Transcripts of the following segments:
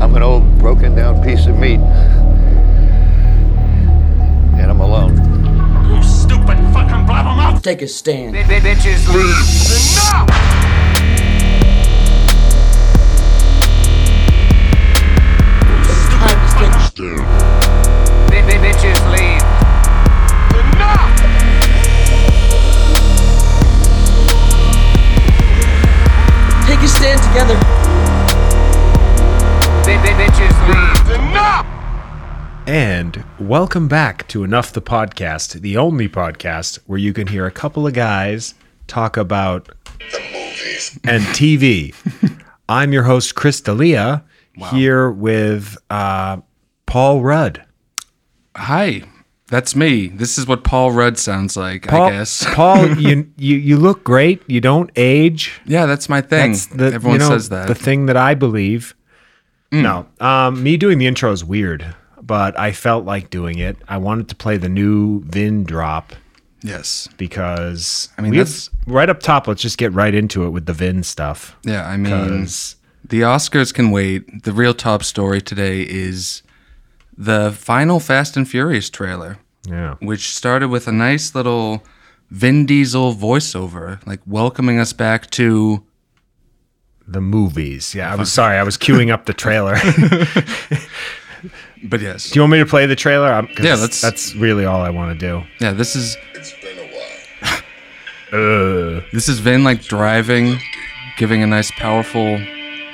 I'm an old broken down piece of meat. And I'm alone. You stupid fucking blabbermouth! Take a stand. Bitches leave. Enough! Bitches leave. Enough! Take a stand together. Bitches leave. Enough! And welcome back to Enough the Podcast, the only podcast where you can hear a couple of guys talk about the movies and TV. I'm your host, Chris D'Elia, here with uh, Paul Rudd. Hi, that's me. This is what Paul Rudd sounds like, Paul, I guess. Paul, you, you you look great. You don't age. yeah, that's my thing. That's the Everyone you know, says that. Mm. The thing that I believe. No, um, me doing the intro is weird, but I felt like doing it. I wanted to play the new Vin drop. yes. because I mean, mean, that's- right up top. Let's just get right into it with the Vin stuff. Yeah, I mean, 'Cause the Oscars can wait. The real top story today is the final Fast and Furious trailer, yeah, which started with a nice little Vin Diesel voiceover, like welcoming us back to. the movies. Yeah, I was sorry, I was queuing up the trailer. Do But yes, you want me to play the trailer? I'm, 'cause Yeah, that's let's- that's really all I want to do. yeah, this is. It's been a while. This is Vin like driving, giving a nice, powerful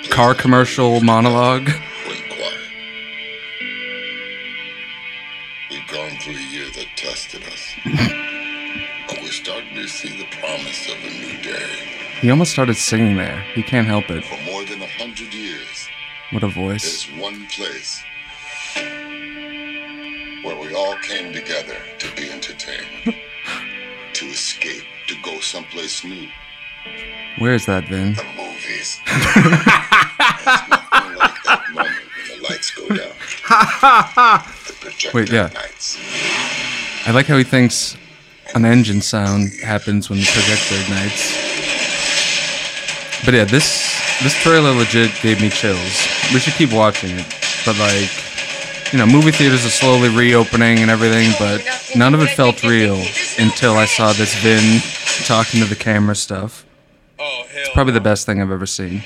car commercial monologue. Went quiet. We've gone through a year that tested us. but we're starting to see the promise of a new day. He almost started singing there. He can't help it. For more than a hundred years, What a voice. there's one place where we all came together to be entertained, to escape, to go someplace new. Where is that, Vin? The movies. There's nothing like that moment when the lights go down. the projector Wait, yeah. ignites. I like how he thinks an engine sound happens when the projector ignites. But yeah, this this trailer legit gave me chills. We should keep watching it. But like, you know, movie theaters are slowly reopening and everything, but none of it felt real until I saw this Vin talking to the camera stuff. It's probably the best thing I've ever seen. And Oh,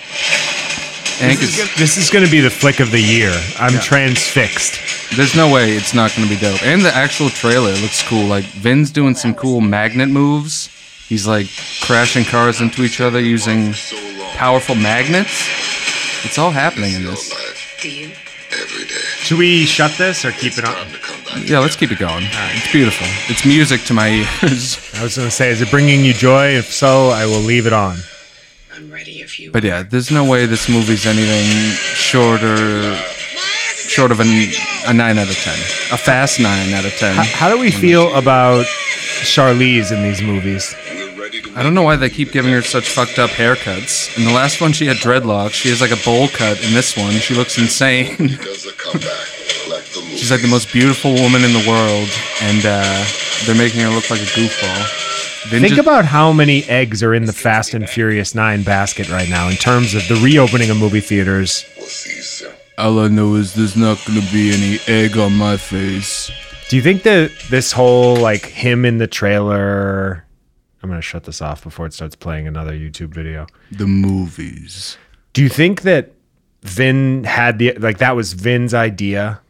This is gonna- This is going to be the flick of the year. I'm transfixed. There's no way it's not going to be dope. And the actual trailer looks cool. Like Vin's doing some cool magnet moves. He's like crashing cars into each other using powerful magnets. It's all happening in this. Do you? Every day. Should we shut this or keep it on? Time to come back. Yeah, let's keep it going. It's beautiful. It's music to my ears. I was going to say, is it bringing you joy? If so, I will leave it on. I'm ready if you But yeah, there's no way this movie's anything shorter short of a, a 9 out of 10. A fast 9 out of 10. How, how do we feel about Charlize in these movies? We're ready to I don't know why they keep giving her such fucked up haircuts. In the last one, she had dreadlocks. She has like a bowl cut. In this one, she looks insane. Does the comeback collect the movie? She's like the most beautiful woman in the world, and uh, they're making her look like a goofball. Vin Think ju- about how many eggs are in the Fast and Furious 9 basket right now in terms of the reopening of movie theaters. We'll see you soon. all I know is there's not gonna be any egg on my face. Do you think that this whole like him in the trailer? I'm gonna shut this off before it starts playing another YouTube video. The movies. Do you think that Vin had the like that was Vin's idea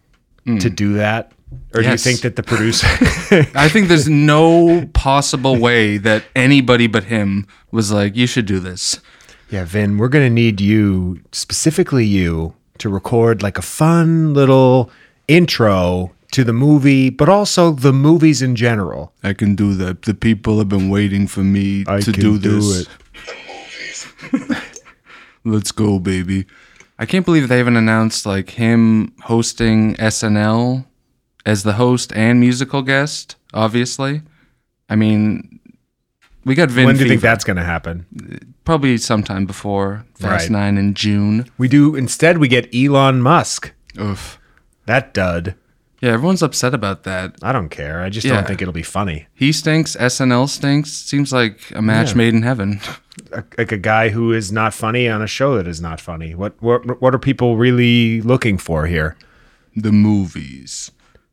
to do that, or do you Yes. think that the producer? I think there's no possible way that anybody but him was like, "You should do this." yeah, Vin, we're gonna need you specifically you to record like a fun little intro to the movie, but also the movies in general. I can do that. The people have been waiting for me I to can do do this. it. Let's go, baby. I can't believe they haven't announced like him hosting SNL as the host and musical guest, obviously. I mean, we got Vin when do you think Fever that's gonna happen? probably sometime before Fast Right. 9 in June. We do instead we get Elon Musk. Oof. That dud. Yeah, everyone's upset about that. I don't care. I just Yeah. don't think it'll be funny. He stinks. SNL stinks. Seems like a match Yeah. made in heaven. A, like a guy who is not funny on a show that is not funny. What what what are people really looking for here? The movies.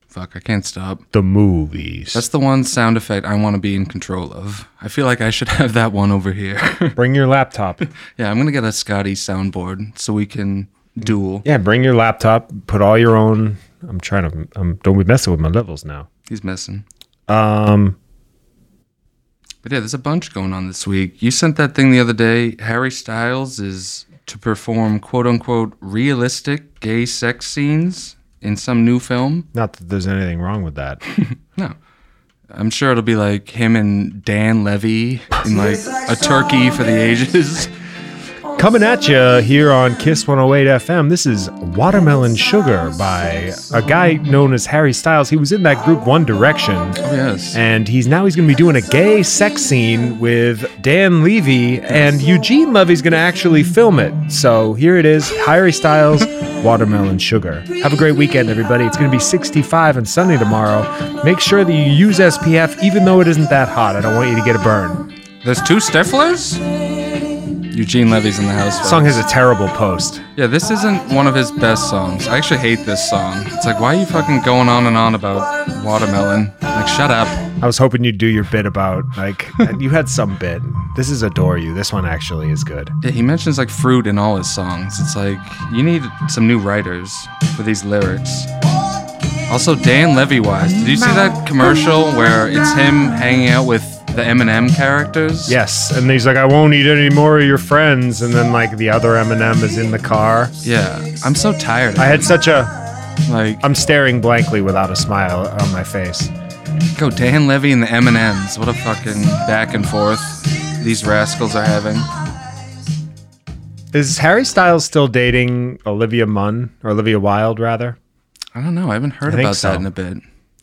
Fuck, I can't stop. The movies. That's the one sound effect I want to be in control of. I feel like I should have that one over here. bring your laptop. yeah, I'm gonna get a Scotty soundboard so we can duel. yeah, bring your laptop. Put all your own. I'm trying to. I'm don't be messing with my levels now. He's missing. Um, But yeah, there's a bunch going on this week. You sent that thing the other day. Harry Styles is to perform quote unquote realistic gay sex scenes in some new film. not that there's anything wrong with that. I'm sure it'll be like him and Dan Levy in like a turkey for the ages. Coming at you here on Kiss 108 FM. This is Watermelon Sugar by a guy known as Harry Styles. He was in that group One Direction. yes. and he's now he's going to be doing a gay sex scene with Dan Levy, and Eugene Levy's going to actually film it. So here it is, Harry Styles, Watermelon Sugar. Have a great weekend, everybody. It's going to be 65 on Sunday tomorrow. Make sure that you use SPF, even though it isn't that hot. I don't want you to get a burn. There's two Stiflers? Eugene Levy's in the house. Song folks. has a terrible post. Yeah, this isn't one of his best songs. I actually hate this song. It's like, why are you fucking going on and on about watermelon? Like, shut up. I was hoping you'd do your bit about like you had some bit. This is adore you. This one actually is good. Yeah, he mentions like fruit in all his songs. It's like you need some new writers for these lyrics. Also, Dan Levy wise, did you see that commercial where it's him hanging out with the Eminem characters? Yes, and he's like, I won't eat any more of your friends, and then like the other Eminem is in the car. Yeah. I'm so tired. I I, had such a. like, I'm staring blankly without a smile on my face. go Dan Levy and the Eminems. What a fucking back and forth these rascals are having. Is Harry Styles still dating Olivia Munn or Olivia Wilde, rather? I don't know. I haven't heard I think about so. that in a bit.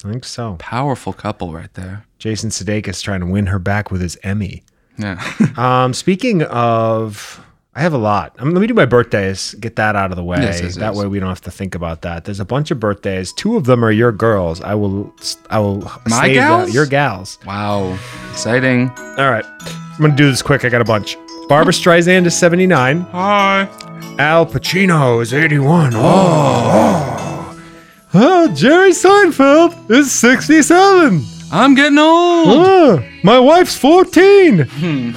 I think so. Powerful couple right there. Jason Sudeikis trying to win her back with his Emmy. Yeah. Um, speaking of, I have a lot. Um, let me do my birthdays. Get that out of the way. Yes, yes, that yes. way we don't have to think about that. There's a bunch of birthdays. Two of them are your girls. I will. I will. My save that- gals? Your gals. wow. Exciting. All right. I'm gonna do this quick. I got a bunch. Barbara Streisand is 79. Hi. Al Pacino is 81. Oh. Oh, Jerry Seinfeld is 67. I'm getting old. Oh, my wife's 14. Hmm.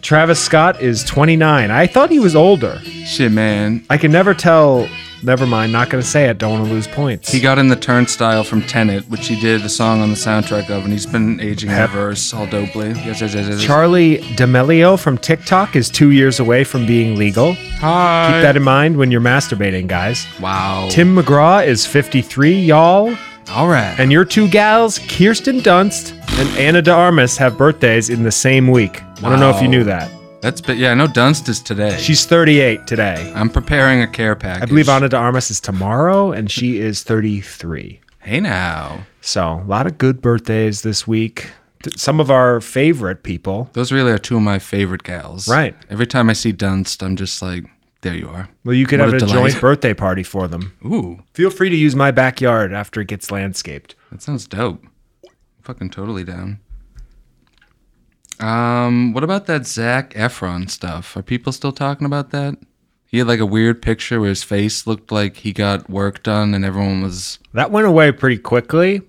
Travis Scott is 29. I thought he was older. Shit, man. I can never tell. Never mind. Not going to say it. Don't want to lose points. He got in the turnstile from Tenet, which he did a song on the soundtrack of, and he's been aging ever all dopely. Yes, yes, yes, yes. Charlie D'Amelio from TikTok is two years away from being legal. Hi. Keep that in mind when you're masturbating, guys. Wow. Tim McGraw is 53, y'all. All right. And your two gals, Kirsten Dunst and Anna de Armas, have birthdays in the same week. I don't know if you Wow. knew that. That's but yeah, I know Dunst is today. She's 38 today. I'm preparing a care package. I believe Anna de Armas is tomorrow, and she is 33. Hey now, So, a lot of good birthdays this week. Th- Some of our favorite people. those really are two of my favorite gals. Right. Every time I see Dunst, I'm just like, there you are. Well, you could What have a a delight. joint birthday party for them. Ooh, Feel free to use my backyard after it gets landscaped. that sounds dope. fucking totally down. Um, what about that Zach Efron stuff? Are people still talking about that? He had like a weird picture where his face looked like he got work done, and everyone was That went away pretty quickly.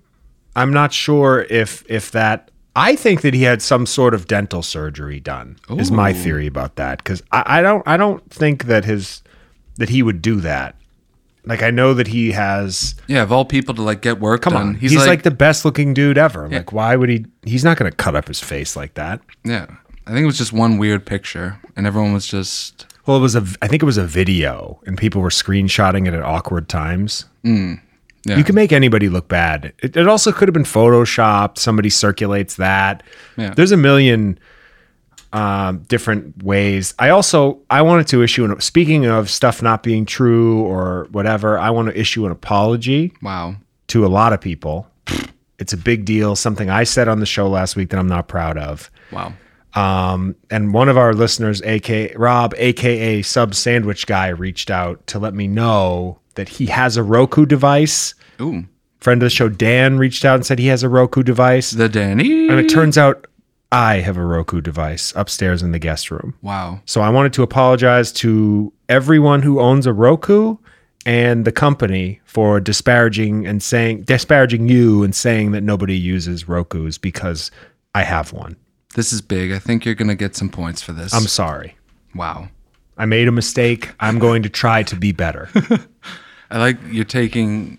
I'm not sure if if that. I think that he had some sort of dental surgery done. Is my Ooh. theory about that because I, I don't I don't think that his that he would do that. Like I know that he has. yeah, of all people to like get work Come done. on, he's, like, the best looking dude ever. Like why would he? He's not going to cut up his face like that. yeah. I think it was just one weird picture, and everyone was just Well, it was a. v- I think it was a video, and people were screenshotting it at awkward times. Mm, yeah. You can make anybody look bad. It, it also could have been photoshopped. Somebody circulates that. Yeah. There's a million um, different ways. I also I wanted to issue an. Speaking of stuff not being true or whatever, I want to issue an apology wow. to a lot of people. It's a big deal. Something I said on the show last week that I'm not proud of. Wow. Um, and one of our listeners, aka Rob, aka Sub Sandwich Guy, reached out to let me know that he has a Roku device Ooh. Friend of the show, Dan, reached out and said he has a Roku device. The Danny. and it turns out I have a Roku device upstairs in the guest room. wow. So I wanted to apologize to everyone who owns a Roku and the company for disparaging and saying disparaging you and saying that nobody uses Rokus because I have one. This is big. I think you're gonna get some points for this. I'm sorry. wow. I made a mistake. I'm going to try to be better. I like you're taking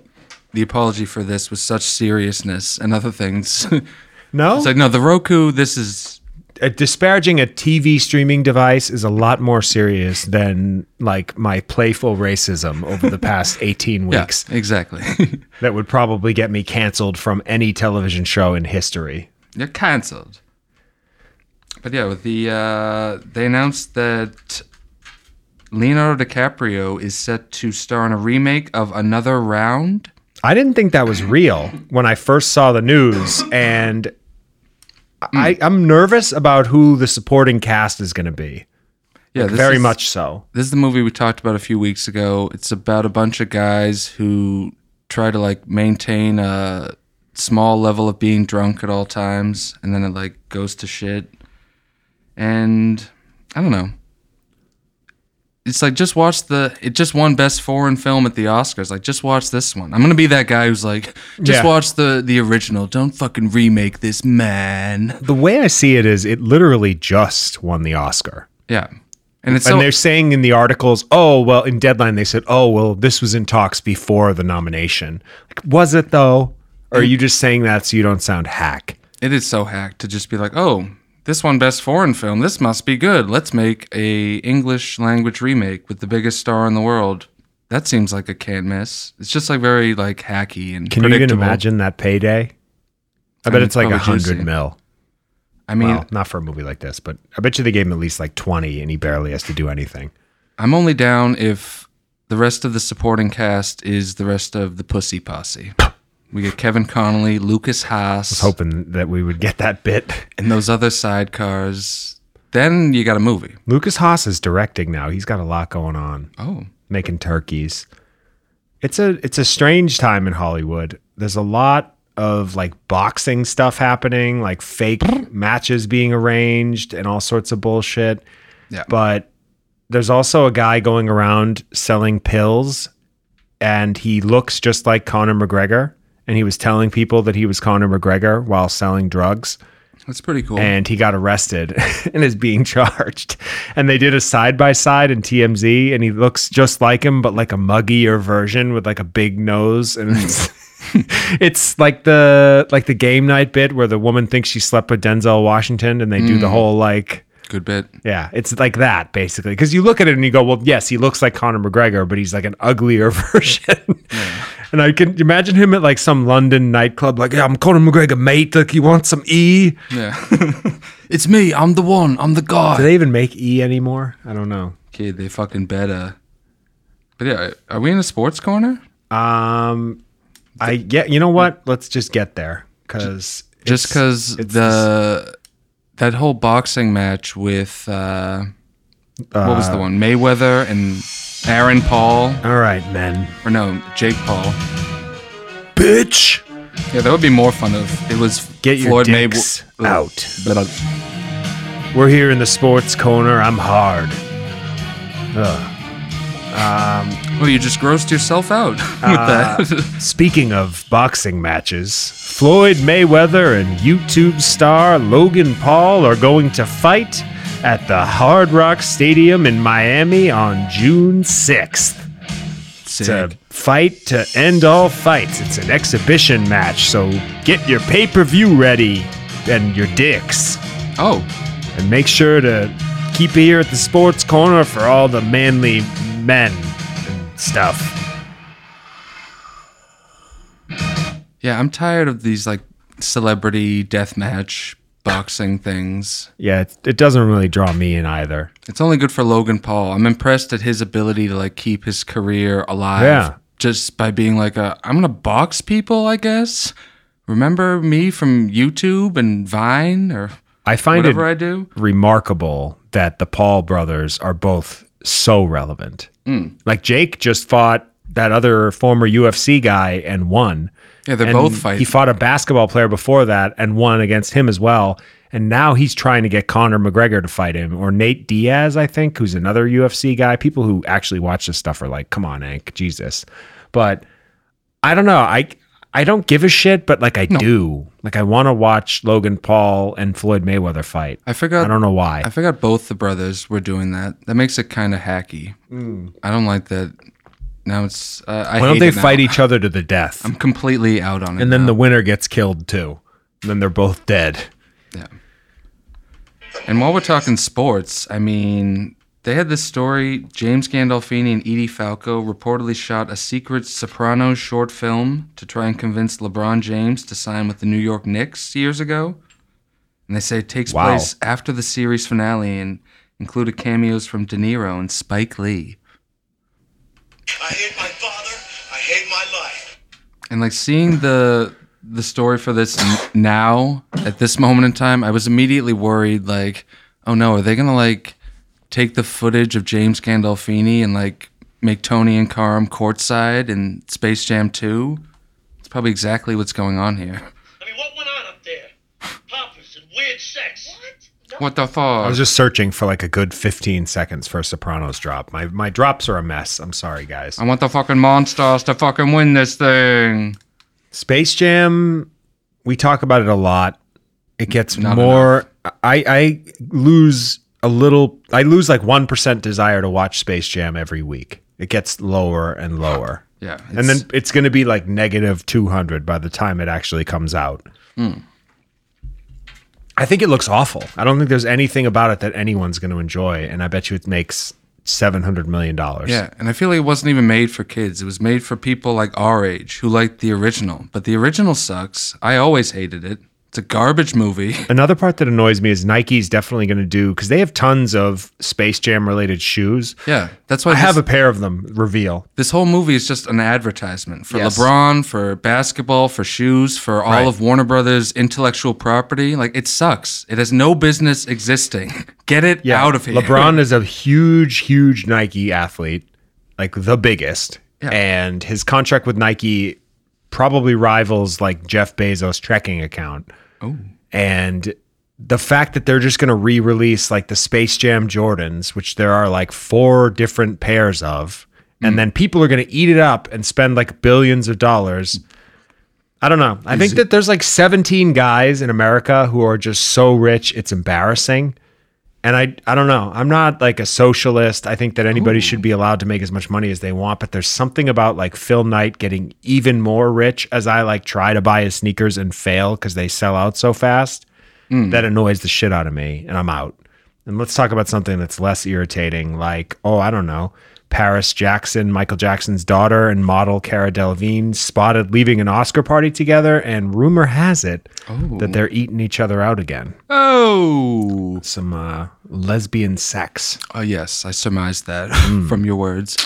the apology for this with such seriousness and other things. No, it's like no, the Roku. This is Uh, disparaging a TV streaming device is a lot more serious than like my playful racism over the past 18 yeah, weeks. exactly. that would probably get me canceled from any television show in history. you're cancelled. But yeah, with the uh, they announced that Leonardo DiCaprio is set to star in a remake of Another Round. I didn't think that was real when I first saw the news, and Hmm. I, I'm nervous about who the supporting cast is going to be. Yeah, this Very is- much so. This is the movie we talked about a few weeks ago. It's about a bunch of guys who try to like maintain a small level of being drunk at all times, and then it like goes to shit. And I don't know. It's like just watch the. It just won best foreign film at the Oscars. Like just watch this one. I'm gonna be that guy who's like, just Yeah. watch the the original. Don't fucking remake this, man. The way I see it is, it literally just won the Oscar. Yeah. And it's and so they're saying in the articles, oh, well, in Deadline, they said, oh, well, this was in talks before the nomination. Like, was it though? Or are you just saying that so you don't sound hack? it is so hacked to just be like, oh, this one best foreign film. This must be good. Let's make a English language remake with the biggest star in the world. That seems like a can't miss. It's just like very like hacky and Can you even predictable. imagine that payday? I I bet mean, it's like a probably hundred juicy. mil. I mean, well, not for a movie like this, but I bet you they gave him at least like twenty, and he barely has to do anything. I'm only down if the rest of the supporting cast is the rest of the Pussy Posse. We get Kevin Connolly, Lucas Haas, Hoping that we would get that bit. and those other sidecars. Then you got a movie. Lucas Haas is directing now. He's got a lot going on, Oh, making turkeys. It's a it's a strange time in Hollywood. There's a lot of like boxing stuff happening, like fake matches being arranged, and all sorts of bullshit. yeah. but there's also a guy going around selling pills and he looks just like Conor McGregor and he was telling people that he was Conor McGregor while selling drugs That's pretty cool. and he got arrested and is being charged and they did a side by side in TMZ and he looks just like him but like a muggier version with like a big nose and it's It's like the like the game night bit where the woman thinks she slept with Denzel Washington and they do the whole like Good bit. yeah, it's like that basically. Because you look at it and you go, well, yes, he looks like Conor McGregor, but he's like an uglier version. And I can imagine him at like some London nightclub, like, yeah, I'm Conor McGregor, mate. Like, you want some E? Yeah. it's me. I'm the one. I'm the guy. Do they even make E anymore? I don't know. Kid, they fucking better. But yeah, are we in a sports corner? Um, I yeah, you know what? Let's just get there because Just because the that whole boxing match with uh, what was the Uh, one Mayweather and Aaron Paul all right, men, or no Jake Paul? bitch, Yeah, that would be more fun if it was get your Floyd Maywe- dicks Ugh. out. Blah, blah. We're here in the sports corner. I'm hard. Ugh. Well, you just grossed yourself out with Uh, that. Speaking of boxing matches, Floyd Mayweather and YouTube star Logan Paul are going to fight at the Hard Rock Stadium in Miami on June 6th. It's a Sick. fight to end all fights. It's an exhibition match, so get your pay per view ready and your dicks. Oh, And make sure to keep here at the sports corner for all the manly men and stuff. yeah, I'm tired of these like celebrity deathmatch boxing things. Yeah, it, it doesn't really draw me in either. It's only good for Logan Paul. I'm impressed at his ability to like keep his career alive. Yeah. Just by being like, a, I'm gonna box people, I guess. Remember me from YouTube and Vine or I find whatever I it do? remarkable Hmm. that the Paul brothers are both so relevant. Like Jake just fought that other former UFC guy and won. Yeah, they're And both fighting. He fought a basketball player before that and won against him as well. And now he's trying to get Conor McGregor to fight him or Nate Diaz, I think, who's another UFC guy. People who actually watch this stuff are like, "Come on, Hank, Jesus!" But I don't know. I I don't give a shit, but like I do. Like I want to watch Logan Paul and Floyd Mayweather fight. I forgot. I don't know why. I forgot both the brothers were doing that. That makes it kind of hacky. I don't like that. Now it's. Uh, I Mm. Why don't hate they it now. fight each other to the death? I'm completely out on it. and then now. the winner gets killed too. And then they're both dead. And while we're talking sports, I mean, they had this story James Gandolfini and Edie Falco reportedly shot a secret Sopranos short film to try and convince LeBron James to sign with the New York Knicks years ago. And they say it takes Wow. place after the series finale and included cameos from De Niro and Spike Lee. I hate my father. I hate my life. And like seeing the the story for this n- now at this moment in time, I was immediately worried like, oh no, are they gonna like take the footage of James Gandolfini and like make Tony and Karam courtside in Space Jam 2? It's probably exactly what's going on here. I mean, what went on up there? Poppers and weird sex. What? What the I fuck? was just searching for like a good 15 seconds for a Sopranos drop. My my drops are a mess. I'm sorry, guys. I want the fucking monsters to fucking win this thing. Space Jam, we talk about it a lot. It gets Not more. I I lose a little. I lose like one percent desire to watch Space Jam every week. It gets lower and lower. Yeah. and it's- then it's going to be like negative 200 by the time it actually comes out. Hmm. I think it looks awful. I don't think there's anything about it that anyone's going to enjoy, and I bet you it makes seven hundred million dollars. Yeah, and I feel like it wasn't even made for kids. It was made for people like our age who liked the original. But the original sucks. I always hated it. It's a garbage movie. Another part that annoys me is Nike's definitely going to do because they have tons of Space Jam related shoes. Yeah, that's why I have a this, pair of them. Reveal. this whole movie is just an advertisement for Yes. LeBron, for basketball, for shoes, for all Right. of Warner Brothers' intellectual property. Like it sucks. It has no business existing. Get it out of here. LeBron is a huge, huge Nike athlete, like the biggest. Yeah. And his contract with Nike probably rivals like Jeff Bezos' trekking account. Oh. And the fact that they're just going to re release like the Space Jam Jordans, which there are like four different pairs of, Mm. and then people are going to eat it up and spend like billions of dollars. I don't know. I think that there's like 17 guys in America who are just so rich, it's embarrassing. And I, I don't know. I'm not like a socialist. I think that anybody should be allowed to make as much money as they want. But there's something about like Phil Knight getting even more rich as I like try to buy his sneakers and fail because they sell out so fast that annoys the shit out of me and I'm out. And let's talk about something that's less irritating, like, oh, I don't know, Paris Jackson, Michael Jackson's daughter, and model Cara Delevingne spotted leaving an Oscar party together. And rumor has it that they're eating each other out again. Oh. Some uh, lesbian sex. Oh yes, I surmised that Hmm. from your words.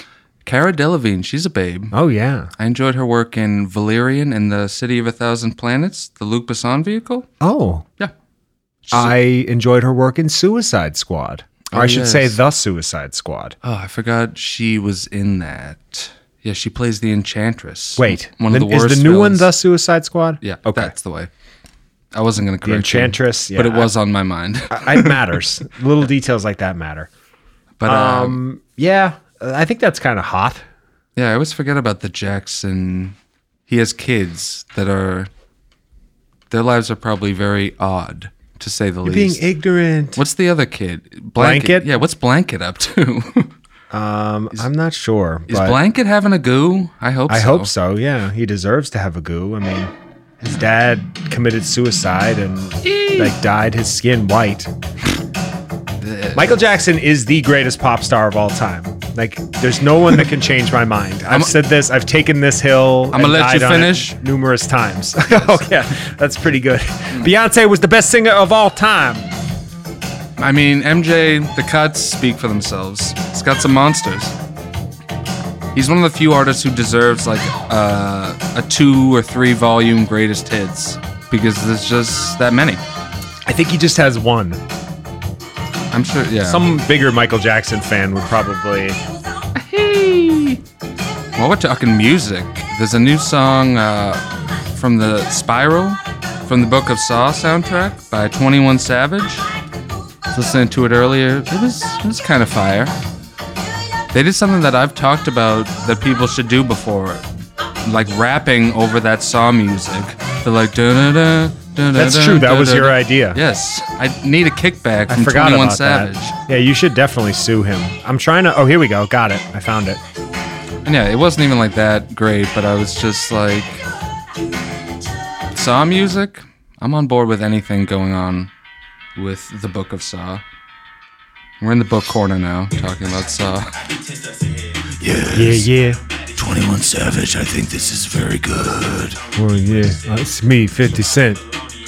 Cara Delevingne, she's a babe. Oh, yeah. I enjoyed her work in Valerian and the City of a Thousand Planets, the Luc Besson vehicle. Oh. Yeah. I enjoyed her work in Suicide Squad. Or Oh, I should say, yes. The Suicide Squad. Oh, I forgot she was in that. Yeah, she plays the Enchantress. Wait, one of the then worst. is the new one villains. The Suicide Squad? Yeah, Okay. that's the way. I wasn't going to correct you, Enchantress, but it yeah, Uh, was on my mind. it matters. Little details like that matter. But um, Um, yeah, I think that's kind of hot. yeah, I always forget about the Jackson. He has kids that are. Their lives are probably very odd, to say the least. ignorant. what's the other kid? Blanket? Yeah, what's Blanket up to? Um, I'm not sure. Is but Blanket having a goo? I hope I so. hope so. Yeah, he deserves to have a goo. I mean, his dad committed suicide and like dyed his skin white. Michael Jackson is the greatest pop star of all time. Like, there's no one that can change my mind. I've I'm- said this. I've taken this hill. I'ma and let you died on it finish. numerous times. oh yeah, that's pretty good. Beyonce was the best singer of all time. I mean, MJ, the cuts speak for themselves. He's got some monsters. He's one of the few artists who deserves like uh, a two or three volume greatest hits because there's just that many. I think he just has one. I'm sure. Yeah. Some bigger Michael Jackson fan would probably While we're talking music, there's a new song uh, from the Spiral, from the Book of Saw soundtrack by 21 Savage. I was listening to it earlier. It was it was kind of fire. They did something that I've talked about that people should do before, like rapping over that Saw music. They're like da da da. That's true. That was your idea. Yes, I need a kickback I from forgot 21 about Savage. that. Yeah, you should definitely sue him. I'm trying to. Oh, here we go. Got it. I found it. And yeah, it wasn't even like that great, but I was just like, Saw music. I'm on board with anything going on with the Book of Saw. We're in the book corner now, talking about Saw. Yeah, yeah. 21 Savage, I think this is very good. Well, yeah. Uh, It's me, 50 Cent.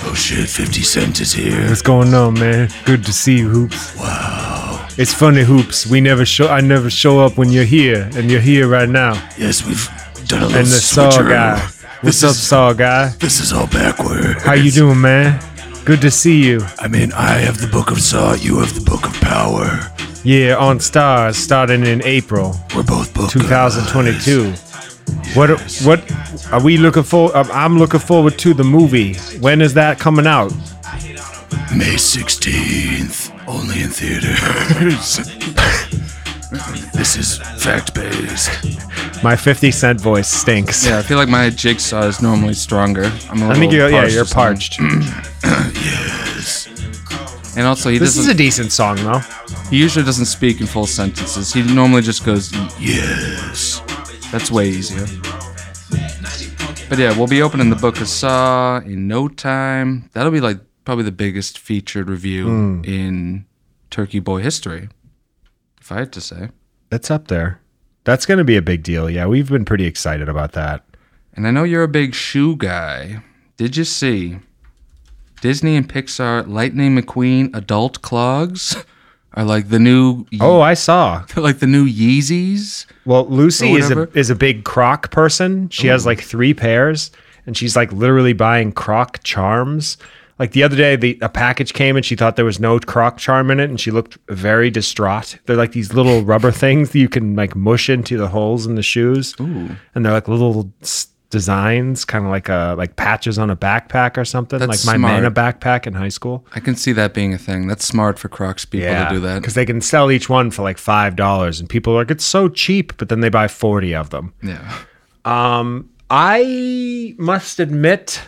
Oh shit, 50 Cent is here. What's going on, man? Good to see you, Hoops. Wow. It's funny, Hoops. We never show. I never show up when you're here, and you're here right now. Yes, we've done a little And the Saw switcheroo. guy. What's This up, is- Saw guy? This is all backward. How you doing, man? Good to see you. I mean, I have the Book of Saw, you have the Book of Power. Yeah, on Stars, starting in April We're both book 2022. What what are we looking for? um, I'm looking forward to the movie. When is that coming out? guys. May 16th, only in theaters. this is fact based. My 50 Cent voice stinks. Yeah, I feel like my jigsaw is normally stronger. I'm a I think little you're yeah parched you're or something. parched. And also, he This is a doesn't. decent song though. he usually doesn't speak in full sentences. He normally just goes, Yes. That's way easier. But yeah, we'll be opening the Book of Saw in no time. That'll be like probably the biggest featured review Hmm. in Turkey Boy history, if I had to say. That's up there. That's gonna be a big deal. Yeah, we've been pretty excited about that. And I know you're a big shoe guy. Did you see Disney and Pixar Lightning McQueen adult clogs are like the new Ye- Oh, I saw. like the new Yeezys? Well, Lucy Or is a whatever. is a big croc person. She has like three pairs, and she's like literally buying croc charms. Like the other day, the a package came and she thought there was no croc charm in it, and she looked very distraught. They're like these little rubber things that you can like mush into the holes in the shoes, and they're like little s- designs, kind of like a like patches on a backpack or something, That's like my Mana smart. backpack in high school. I can see that being a thing. That's smart for Crocs people to do because that. they can sell each one for like five dollars, and people are like, "It's so cheap," but then they buy forty of them. Yeah. Um, I must admit,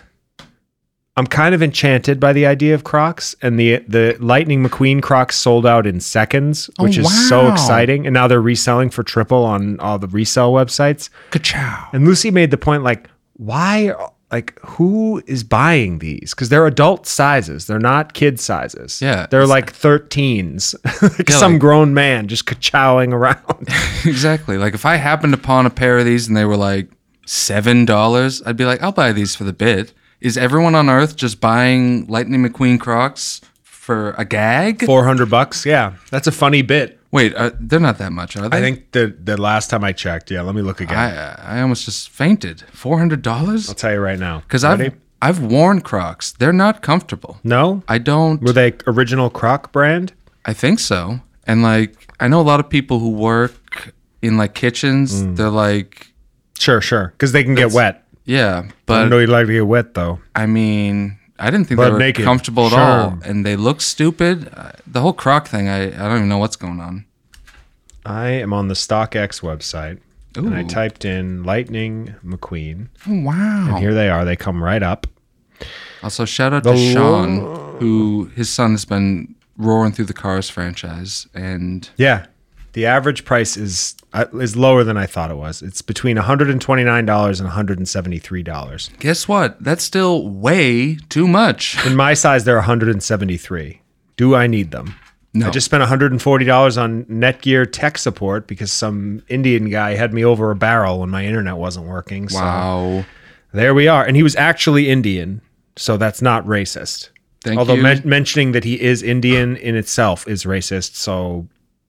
I'm kind of enchanted by the idea of Crocs, and the the Lightning McQueen Crocs sold out in seconds, which is so Oh, wow. exciting. And now they're reselling for triple on all the resale websites. Ka-chow. And Lucy made the point, like, why, like, who is buying these? Because they're adult sizes; they're not kid sizes. Yeah. they're like 13s. like Yeah, some like- grown man just ka-chowing around. Exactly. Like if I happened upon a pair of these and they were like seven dollars, I'd be like, I'll buy these for the bit. Is everyone on Earth just buying Lightning McQueen Crocs for a gag? Four hundred bucks. Yeah, that's a funny bit. Wait, uh, they're not that much, are they? I think the the last time I checked, yeah. Let me look again. I, I almost just fainted. Four hundred dollars? I'll tell you right now. Because Ready? I've I've worn Crocs. They're not comfortable. no. I don't. Were they original Croc brand? I think so. And like I know a lot of people who work in like kitchens. Mm. They're like, Sure, sure. Because they can get wet. yeah, I but know you like to get wet though. I mean, I didn't think Butt they were naked. comfortable at Sure. all, and they look stupid. Uh, The whole croc thing, I, I don't even know what's going on. I am on the StockX website Ooh. and I typed in Lightning McQueen. Oh, wow. Here they are. They come right up. also, shout out The to Sean, who his son has been roaring through the Cars franchise, and Yeah. The average price is uh, is lower than I thought it was. It's between $129 and $173. guess what? That's still way too much. In my size, they're 173. Do I need them? No, I just spent $140 on Netgear tech support because some Indian guy had me over a barrel when my internet wasn't working. So wow. there we are. And he was actually Indian, so that's not racist. Thank Although you. men- mentioning that he is Indian in itself is racist, so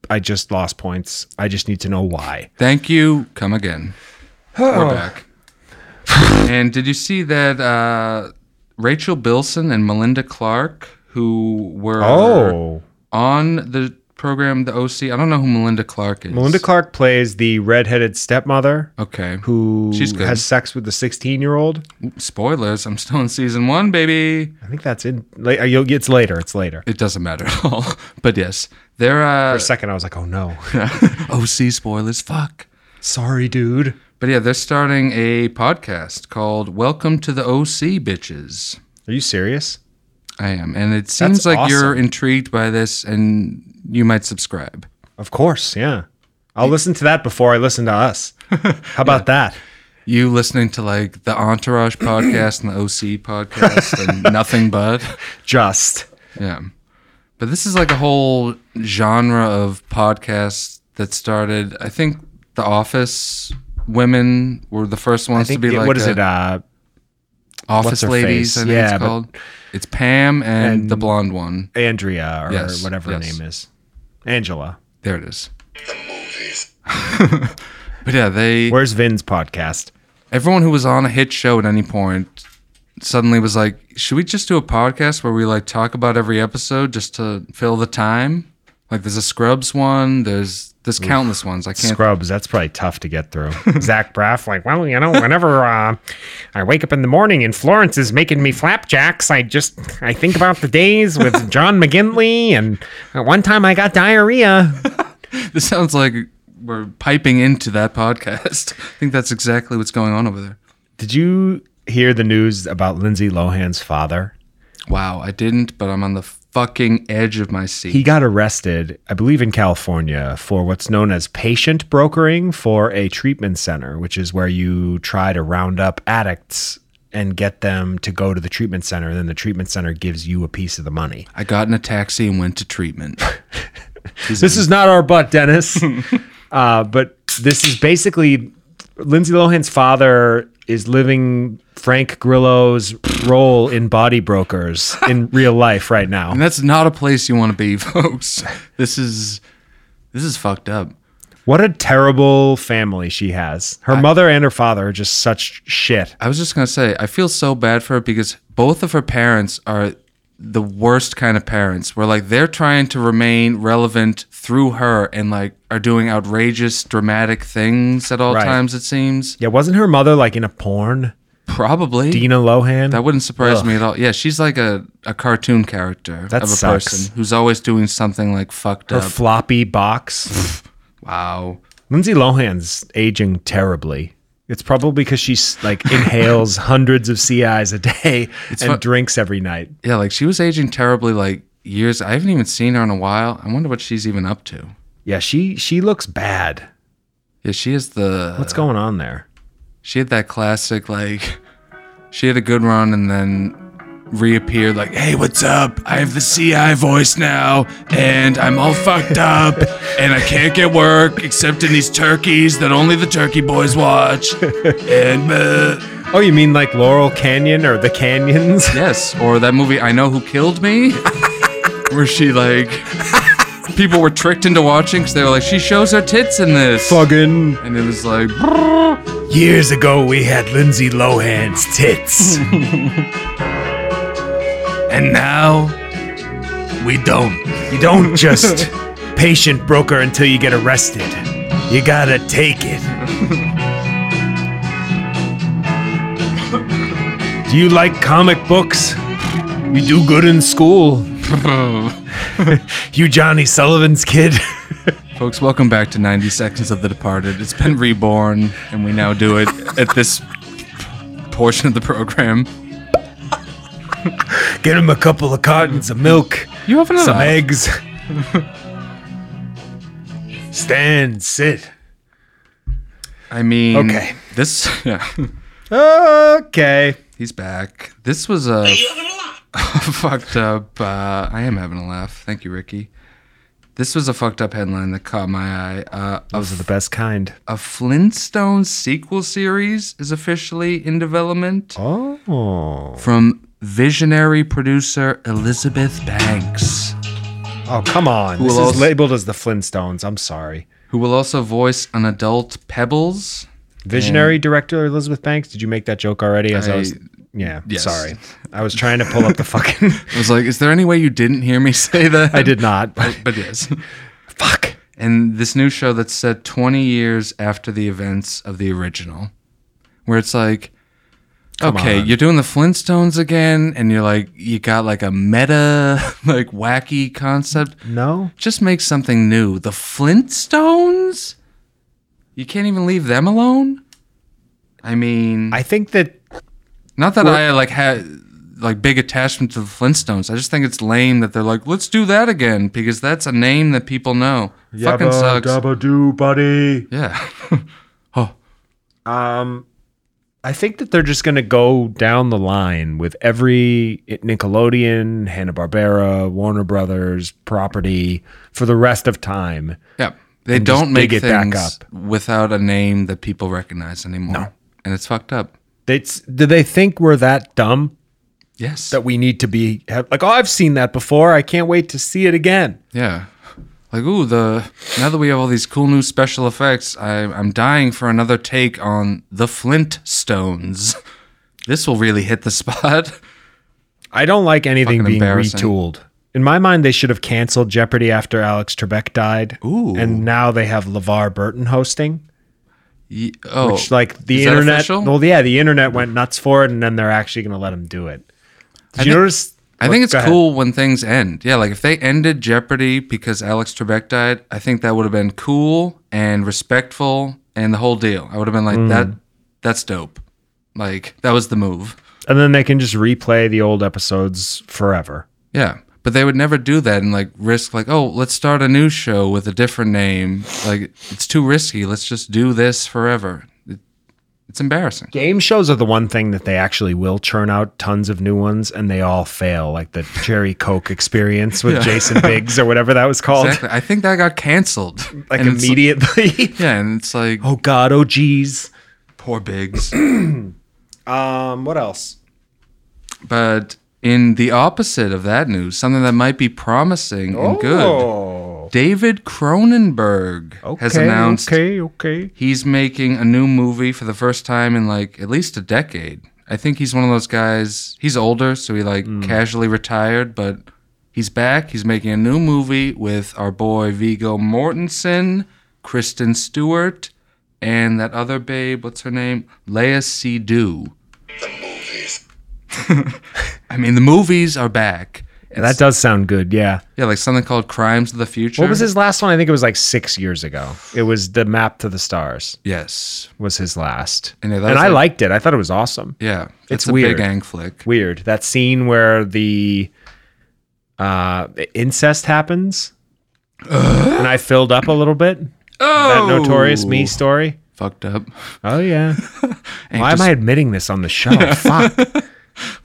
I just lost points. I just need to know why. Thank you. Come again. We're back. and did you see that uh, Rachel Bilson and Melinda Clark, who were Oh, on the program, the OC? I don't know who Melinda Clark is. Melinda Clark plays the redheaded stepmother Okay. Who? who She's good. has sex with the 16 year old. Spoilers. I'm still in season one, baby. I think that's in. Like, you'll, it's later. It's later. It doesn't matter at all. But yes, they're uh, For a second, I was like, oh no. OC spoilers. Fuck. Sorry, dude. But yeah, they're starting a podcast called "Welcome to the OC Bitches." Are you serious? I am, and it seems like you're awesome. intrigued by this, and you might subscribe. Of course, yeah. I'll listen to that before I listen to us. How about that? You listening to like the Entourage podcast and the OC podcast and nothing but Just. yeah. But this is like a whole genre of podcasts that started. I think The Office women were the first I ones think to be it- like what is a- it? Uh, Office What's her Ladies, face? I think Yeah, it's but- called. It's Pam and, And- the blonde one. Andrea or Yes, whatever yes. her name is. Angela. There it is. The movies. But yeah, they Where's Vin's podcast? everyone who was on a hit show at any point suddenly was like, "Should we just do a podcast where we like talk about every episode just to fill the time?" Like, there's a Scrubs one. There's there's countless ones. I can't. Scrubs. That's probably tough to get through. Zach Braff, like, well, you know, whenever uh, I wake up in the morning and Florence is making me flapjacks, I just I think about the days with John McGinley, and uh, one time I got diarrhea. This sounds like we're piping into that podcast. I think that's exactly what's going on over there. Did you hear the news about Lindsay Lohan's father? Wow, I didn't, but I'm on the fucking edge of my seat. He got arrested, I believe, in California for what's known as patient brokering for a treatment center, which is where you try to round up addicts and get them to go to the treatment center, and then the treatment center gives you a piece of the money. I got in a taxi and went to treatment. This is not our butt, Dennis. uh, but this is basically Lindsay Lohan's father is living Frank Grillo's role in Body Brokers in real life right now. And that's not a place you want to be, folks. This is this is fucked up. What a terrible family she has. Her mother and her father are just such shit. I was just gonna say, I feel so bad for her because both of her parents are the worst kind of parents. Where like they're trying to remain relevant through her and like are doing outrageous, dramatic things at all Right. times. It seems Yeah, wasn't her mother like in a porn? probably Dina Lohan? that wouldn't surprise Ugh. me at all. Yeah, she's like a, a cartoon character That of a sucks. person who's always doing something like fucked her up. floppy box. wow. Lindsay Lohan's aging terribly. It's probably because she's like inhales hundreds of CIs a day and fu- drinks every night. Yeah, like she was aging terribly like years. I haven't even seen her in a while. I wonder what she's even up to. Yeah, she she looks bad. Yeah, she is the What's going on there? she had that classic like she had a good run and then reappeared like, "Hey, what's up? I have the CI voice now and I'm all fucked up and I can't get work except in these turkeys that only the turkey boys watch." And uh, Oh, you mean like Laurel Canyon or the canyons? Yes, or that movie I Know Who Killed Me, where she like people were tricked into watching because they were like, she shows her tits in this, Fucking and it was like, years ago we had Lindsay Lohan's tits. and now we don't. You don't just patient broker until you get arrested. You gotta take it. Do you like comic books? You do good in school. You Johnny Sullivan's kid. Folks, welcome back to 90 Seconds of the Departed. It's been reborn, and we now do it at this portion of the program. Get him a couple of cartons of milk, You have another. some eggs. Stand, sit. I mean, Okay. This, yeah, Okay. he's back. This was a. You having a laugh? fucked up. Uh, I am having a laugh. Thank you, Ricky. This was a fucked up headline that caught my eye. Uh, a, Those are the best kind. a Flintstones sequel series is officially in development Oh. from visionary producer Elizabeth Banks, Oh, come on. Who this else? is labeled as the Flintstones. I'm sorry. who will also voice an adult Pebbles. Visionary director Elizabeth Banks. Did you make that joke already? As I, was, I- yeah, yes. sorry. I was trying to pull up the fucking. I was like, is there any way you didn't hear me say that? I did not. But, but yes. Fuck. and this new show that's set 20 years after the events of the original where it's like okay on. you're doing the flintstones again and you're like you got like a meta like wacky concept No. just make something new the flintstones you can't even leave them alone i mean I think that not that i like had like big attachment to the flintstones i just think it's lame that they're like let's do that again because that's a name that people know fucking sucks doo, buddy. Um, yeah I think that they're just going to go down the line with every Nickelodeon, Hanna Barbera, Warner Brothers property for the rest of time. Yeah. They just don't make dig things it back up. without a name that people recognize anymore. And it's fucked up. It's, do they think we're that dumb Yes. that we need to be have, like, oh, I've seen that before. I can't wait to see it again. yeah. Like, ooh, the now that we have all these cool new special effects, I, I'm dying for another take on the Flintstones. This will really hit the spot. I don't like anything Fucking being embarrassing. retooled. In my mind, they should have canceled Jeopardy after Alex Trebek died. Ooh. And now they have LeVar Burton hosting. Ye- oh, which like the is that internet official? well yeah the internet went nuts for it and then they're actually going to let him do it did you think- notice I Look, think it's go ahead. cool when things end. Yeah, like if they ended Jeopardy because Alex Trebek died, I think that would have been cool and respectful and the whole deal. I would have been like, that Mm. that's dope. Like that was the move. and then they can just replay the old episodes forever Yeah. But they would never do that and like risk like, oh, let's start a new show with a different name. Like it's too risky. Let's just do this forever. It, it's embarrassing. game shows are the one thing that they actually will churn out tons of new ones and they all fail like the cherry coke experience with jason biggs or whatever that was called Exactly. I think that got canceled. like And it's- immediately Yeah, and it's like oh god oh geez poor Biggs. um what else But in the opposite of that news, something that might be promising and good, oh David Cronenberg okay has announced okay okay he's making a new movie for the first time in like at least a decade. I think he's one of those guys. He's older, so he like Hmm. casually retired, but he's back. He's making a new movie with our boy Vigo Mortensen, Kristen Stewart, and that other babe. What's her name? Leia Seydoux. The movies. I mean, the movies are back. that does sound good yeah Yeah, like something called Crimes of the Future. What was his last one? I think it was like six years ago. It was the Map to the Stars Yes. was his last, And and, yeah, that was I like- liked it. I thought it was awesome. Yeah. It's a weird. big ang flick. Weird that scene where the uh, incest happens, and I filled up a little bit. Oh! That notorious me story. Fucked up. Oh yeah. And Why just- am I admitting this on the show? Fuck,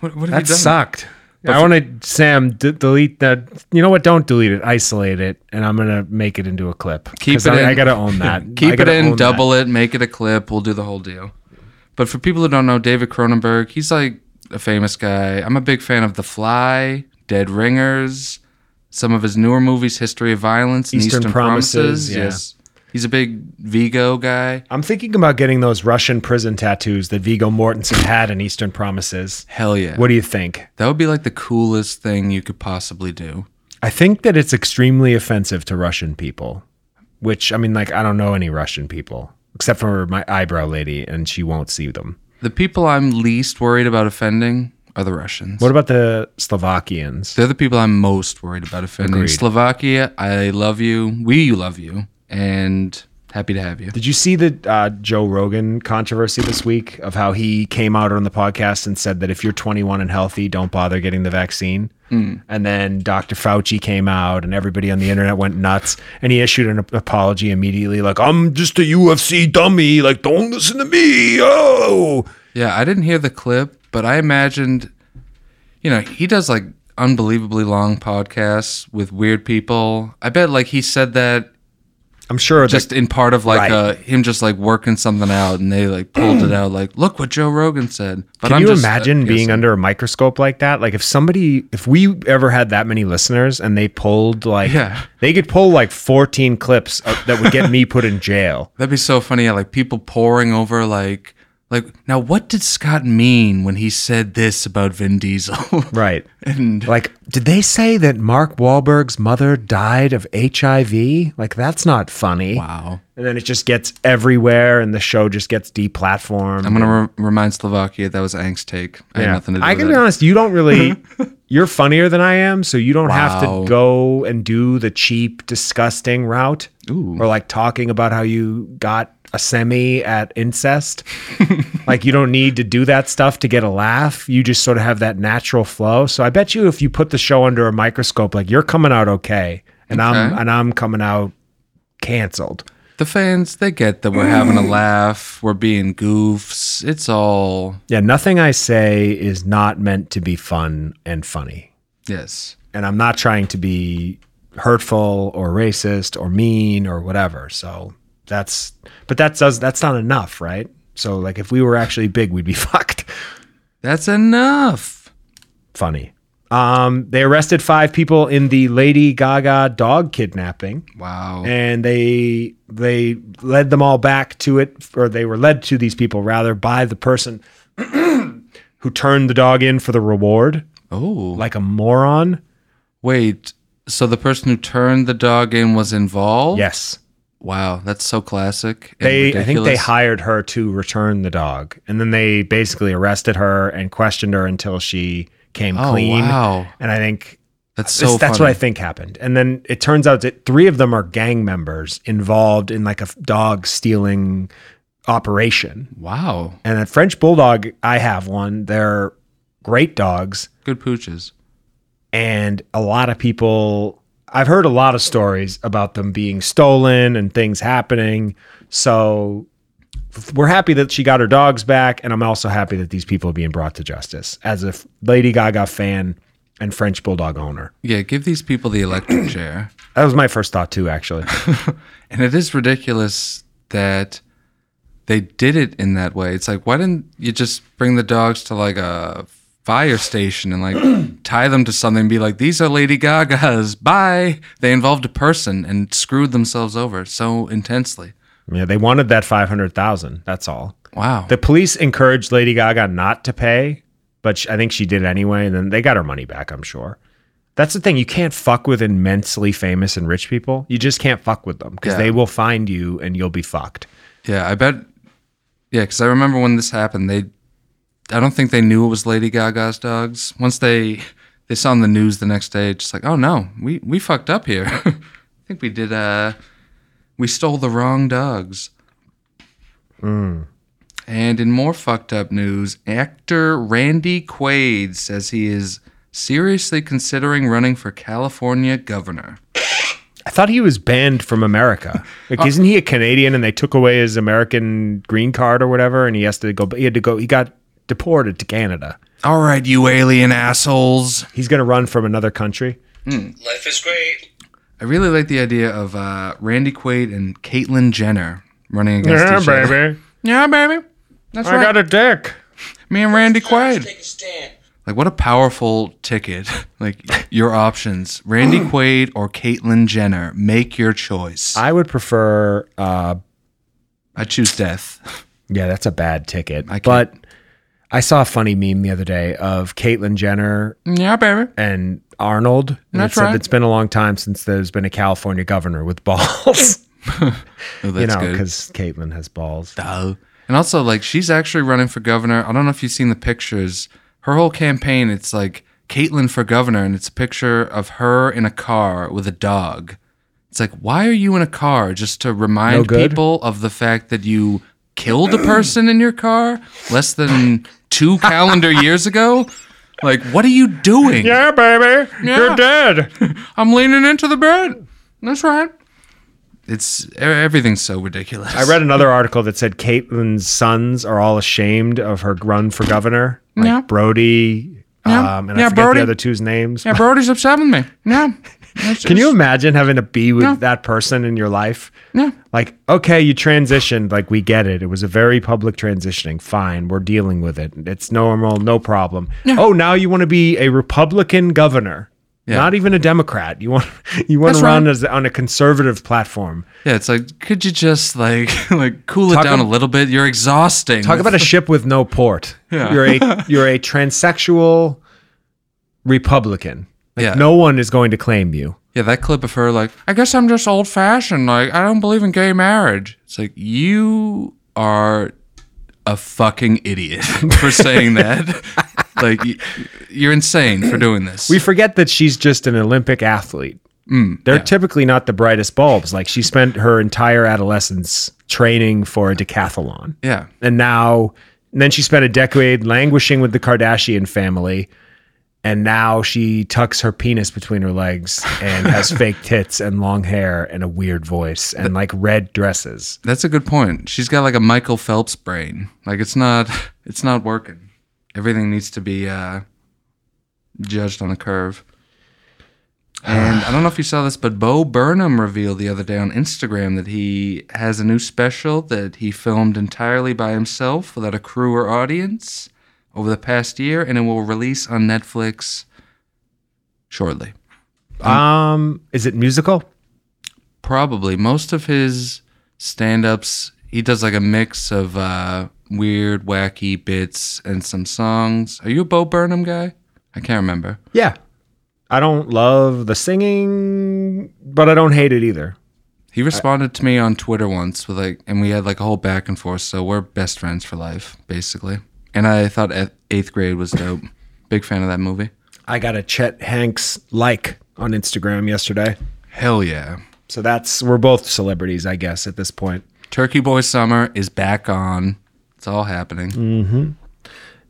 What, what have that you done? sucked. I want to Sam d- delete that. You know what? Don't delete it. Isolate it, and I'm gonna make it into a clip. Keep 'Cause it I, in. I gotta own that. I Keep it gotta own in, that. double it, make it a clip. We'll do the whole deal. But for people who don't know, David Cronenberg, he's like a famous guy. I'm a big fan of The Fly, Dead Ringers, some of his newer movies, History of Violence, and Eastern Eastern, Promises, Promises. yeah. Yes. He's a big Vigo guy. I'm thinking about getting those Russian prison tattoos that Vigo Mortensen had in Eastern Promises. Hell yeah. What do you think? that would be like the coolest thing you could possibly do. I think that it's extremely offensive to Russian people, which I mean, like, I don't know any Russian people except for my eyebrow lady, and she won't see them. The people I'm least worried about offending are the Russians. What about the Slovakians? They're the people I'm most worried about offending. Agreed. Slovakia, I love you. We love you. And happy to have you. Did you see the uh, Joe Rogan controversy this week of how he came out on the podcast and said that if you're 21 and healthy, don't bother getting the vaccine? And then Dr. Fauci came out and everybody on the internet went nuts and he issued an ap- apology immediately like, I'm just a UFC dummy. Like, don't listen to me. Oh, Yeah, I didn't hear the clip, but I imagined, you know, he does like unbelievably long podcasts with weird people. I bet like he said that I'm sure that- just in part of like Right. uh, him just like working something out and they like pulled it out like, look what Joe Rogan said. But Can you just, uh, imagine being guessing. under a microscope like that? Like if somebody, if we ever had that many listeners and they pulled like, Yeah. they could pull like 14 clips uh, that would get me put in jail. That'd be so funny. Yeah, like people pouring over like Like, now what did Scott mean when he said this about Vin Diesel? Right. and Like, did they say that Mark Wahlberg's mother died of HIV? Like, that's not funny. wow. And then it just gets everywhere, and the show just gets deplatformed. I'm going to re- remind Slovakia that was Angst take. I had nothing to do I with can it. be honest, you don't really you're funnier than I am, so you don't have Wow. to go and do the cheap, disgusting route. Ooh. Or like talking about how you got a semi at incest. like you don't need to do that stuff to get a laugh. You just sort of have that natural flow. So I bet you if you put the show under a microscope, like you're coming out okay. And I'm Okay. and I'm coming out canceled. The fans, they get that we're having a laugh, we're being goofs. It's all, Yeah, nothing I say is not meant to be fun and funny. yes. and I'm not trying to be hurtful or racist or mean or whatever. So that's but that does that's not enough, right? So like if we were actually big, we'd be fucked. That's enough. Funny. Um, they arrested five people in the Lady Gaga dog kidnapping, Wow. and they they led them all back to it, or they were led to these people rather by the person who turned the dog in for the reward, oh. like a moron. Wait, so the person who turned the dog in was involved? Yes. Wow, that's so classic. and they I think they ridiculous. hired her to return the dog, and then they basically arrested her and questioned her until she came Oh, clean. wow. And I think That's so this- that's what I funny. think happened. And then it turns out that three of them are gang members involved in like a f- dog stealing operation. Wow. And a French bulldog, I have one. They're great dogs Good pooches. and a lot of people I've heard a lot of stories about them being stolen and things happening. So f- we're happy that she got her dogs back and I'm also happy that these people are being brought to justice as a f- Lady Gaga fan and French bulldog owner. Yeah, give these people the electric chair. That was my first thought too actually. And it is ridiculous that they did it in that way. It's like, why didn't you just bring the dogs to like a fire station and like tie them to something and be like, these are Lady Gaga's. Bye. They involved a person and screwed themselves over so intensely. yeah, they wanted that 500,000. That's all. Wow. The police encouraged Lady Gaga not to pay, but sh I think she did anyway, and then they got her money back, I'm sure. That's the thing. You can't fuck with immensely famous and rich people. You just can't fuck with them because Yeah. they will find you and you'll be fucked. Yeah, I bet. Yeah, because I remember when this happened, they. I don't think they knew it was Lady Gaga's dogs. Once they they saw on the news the next day, just like, oh no, we we fucked up here. I think we did. uh We stole the wrong dogs. And in more fucked up news, actor Randy Quaid says he is seriously considering running for California governor. I thought he was banned from America. Like, isn't he a Canadian? And they took away his American green card or whatever, and he has to go. He had to go. He got deported to Canada. All right, you alien assholes. He's going to run from another country. Life is great. I really like the idea of uh, Randy Quaid and Caitlyn Jenner running against each other. Yeah, baby. That's right. a dick. Me and Randy Quaid. Take a stand. Like, what a powerful ticket. like, your options Randy Quaid or Caitlyn Jenner. Make your choice. I, I would prefer uh, choose death. Yeah, that's a bad ticket. I can't- But I saw a funny meme the other day of Caitlyn Jenner Yeah, baby. and Arnold. And That's it said right. it's been a long time since there's been a California governor with balls. Oh, you that's know, good. because Caitlyn has balls. Oh. And also, like, she's actually running for governor. I don't know if you've seen the pictures. Her whole campaign, it's like Caitlyn for governor, and it's a picture of her in a car with a dog. It's like, why are you in a car? Just to No remind good? people of the fact that you killed a person in your car less than two calendar years ago? Like, what are you doing? baby. you're dead. I'm leaning into the bed. That's right. It's e- everything's so ridiculous. I read another article that said Caitlyn's sons are all ashamed of her run for governor. Like Yeah. Brody. Yeah. Um, and I Yeah, forget Brody. the other two's names. Yeah, Brody's upset with me. Yeah. Can you imagine having to be with Yeah. that person in your life? Yeah. Like, okay, you transitioned. Like, we get it. It was a very public transitioning. Fine. We're dealing with it. It's normal. No problem. Oh, now you want to be a Republican governor. Yeah. Not even a Democrat. You want you went That's around right. as, on a conservative platform. Yeah, it's like, could you just like like cool Talk it down ab- a little bit? You're exhausting. Talk about a ship with no port. Yeah. You're a you're a transsexual Republican. Like Yeah. no one is going to claim you. Yeah, that clip of her like, I guess I'm just old fashioned. Like, I don't believe in gay marriage. It's like you are a fucking idiot for saying that. like, y- you're insane for doing this. We forget that she's just an Olympic athlete. They're typically not the brightest bulbs. Like she spent her entire adolescence training for a decathlon. yeah, and now and then she spent a decade languishing with the Kardashian family, and now she tucks her penis between her legs and has fake tits and long hair and a weird voice and like red dresses. that's a good point. She's got like a Michael Phelps brain. Like, it's not, it's not working. Everything needs to be uh, judged on a curve. And I don't know if you saw this, but Bo Burnham revealed the other day on Instagram that he has a new special that he filmed entirely by himself without a crew or audience over the past year, and it will release on Netflix shortly. Um, is it musical? Probably most of his stand ups, he does like a mix of uh, weird, wacky bits and some songs. Are you a Bo Burnham guy? I can't remember. Yeah. I don't love the singing, but I don't hate it either. He responded to me on Twitter once with like, and we had like a whole back and forth. So we're best friends for life, basically. And I thought eighth- eighth grade was dope. Big fan of that movie. I got a Chet Hanks like on Instagram yesterday. Hell yeah. So that's we're both celebrities, I guess, at this point. Turkey Boy Summer is back on. It's all happening. Mm.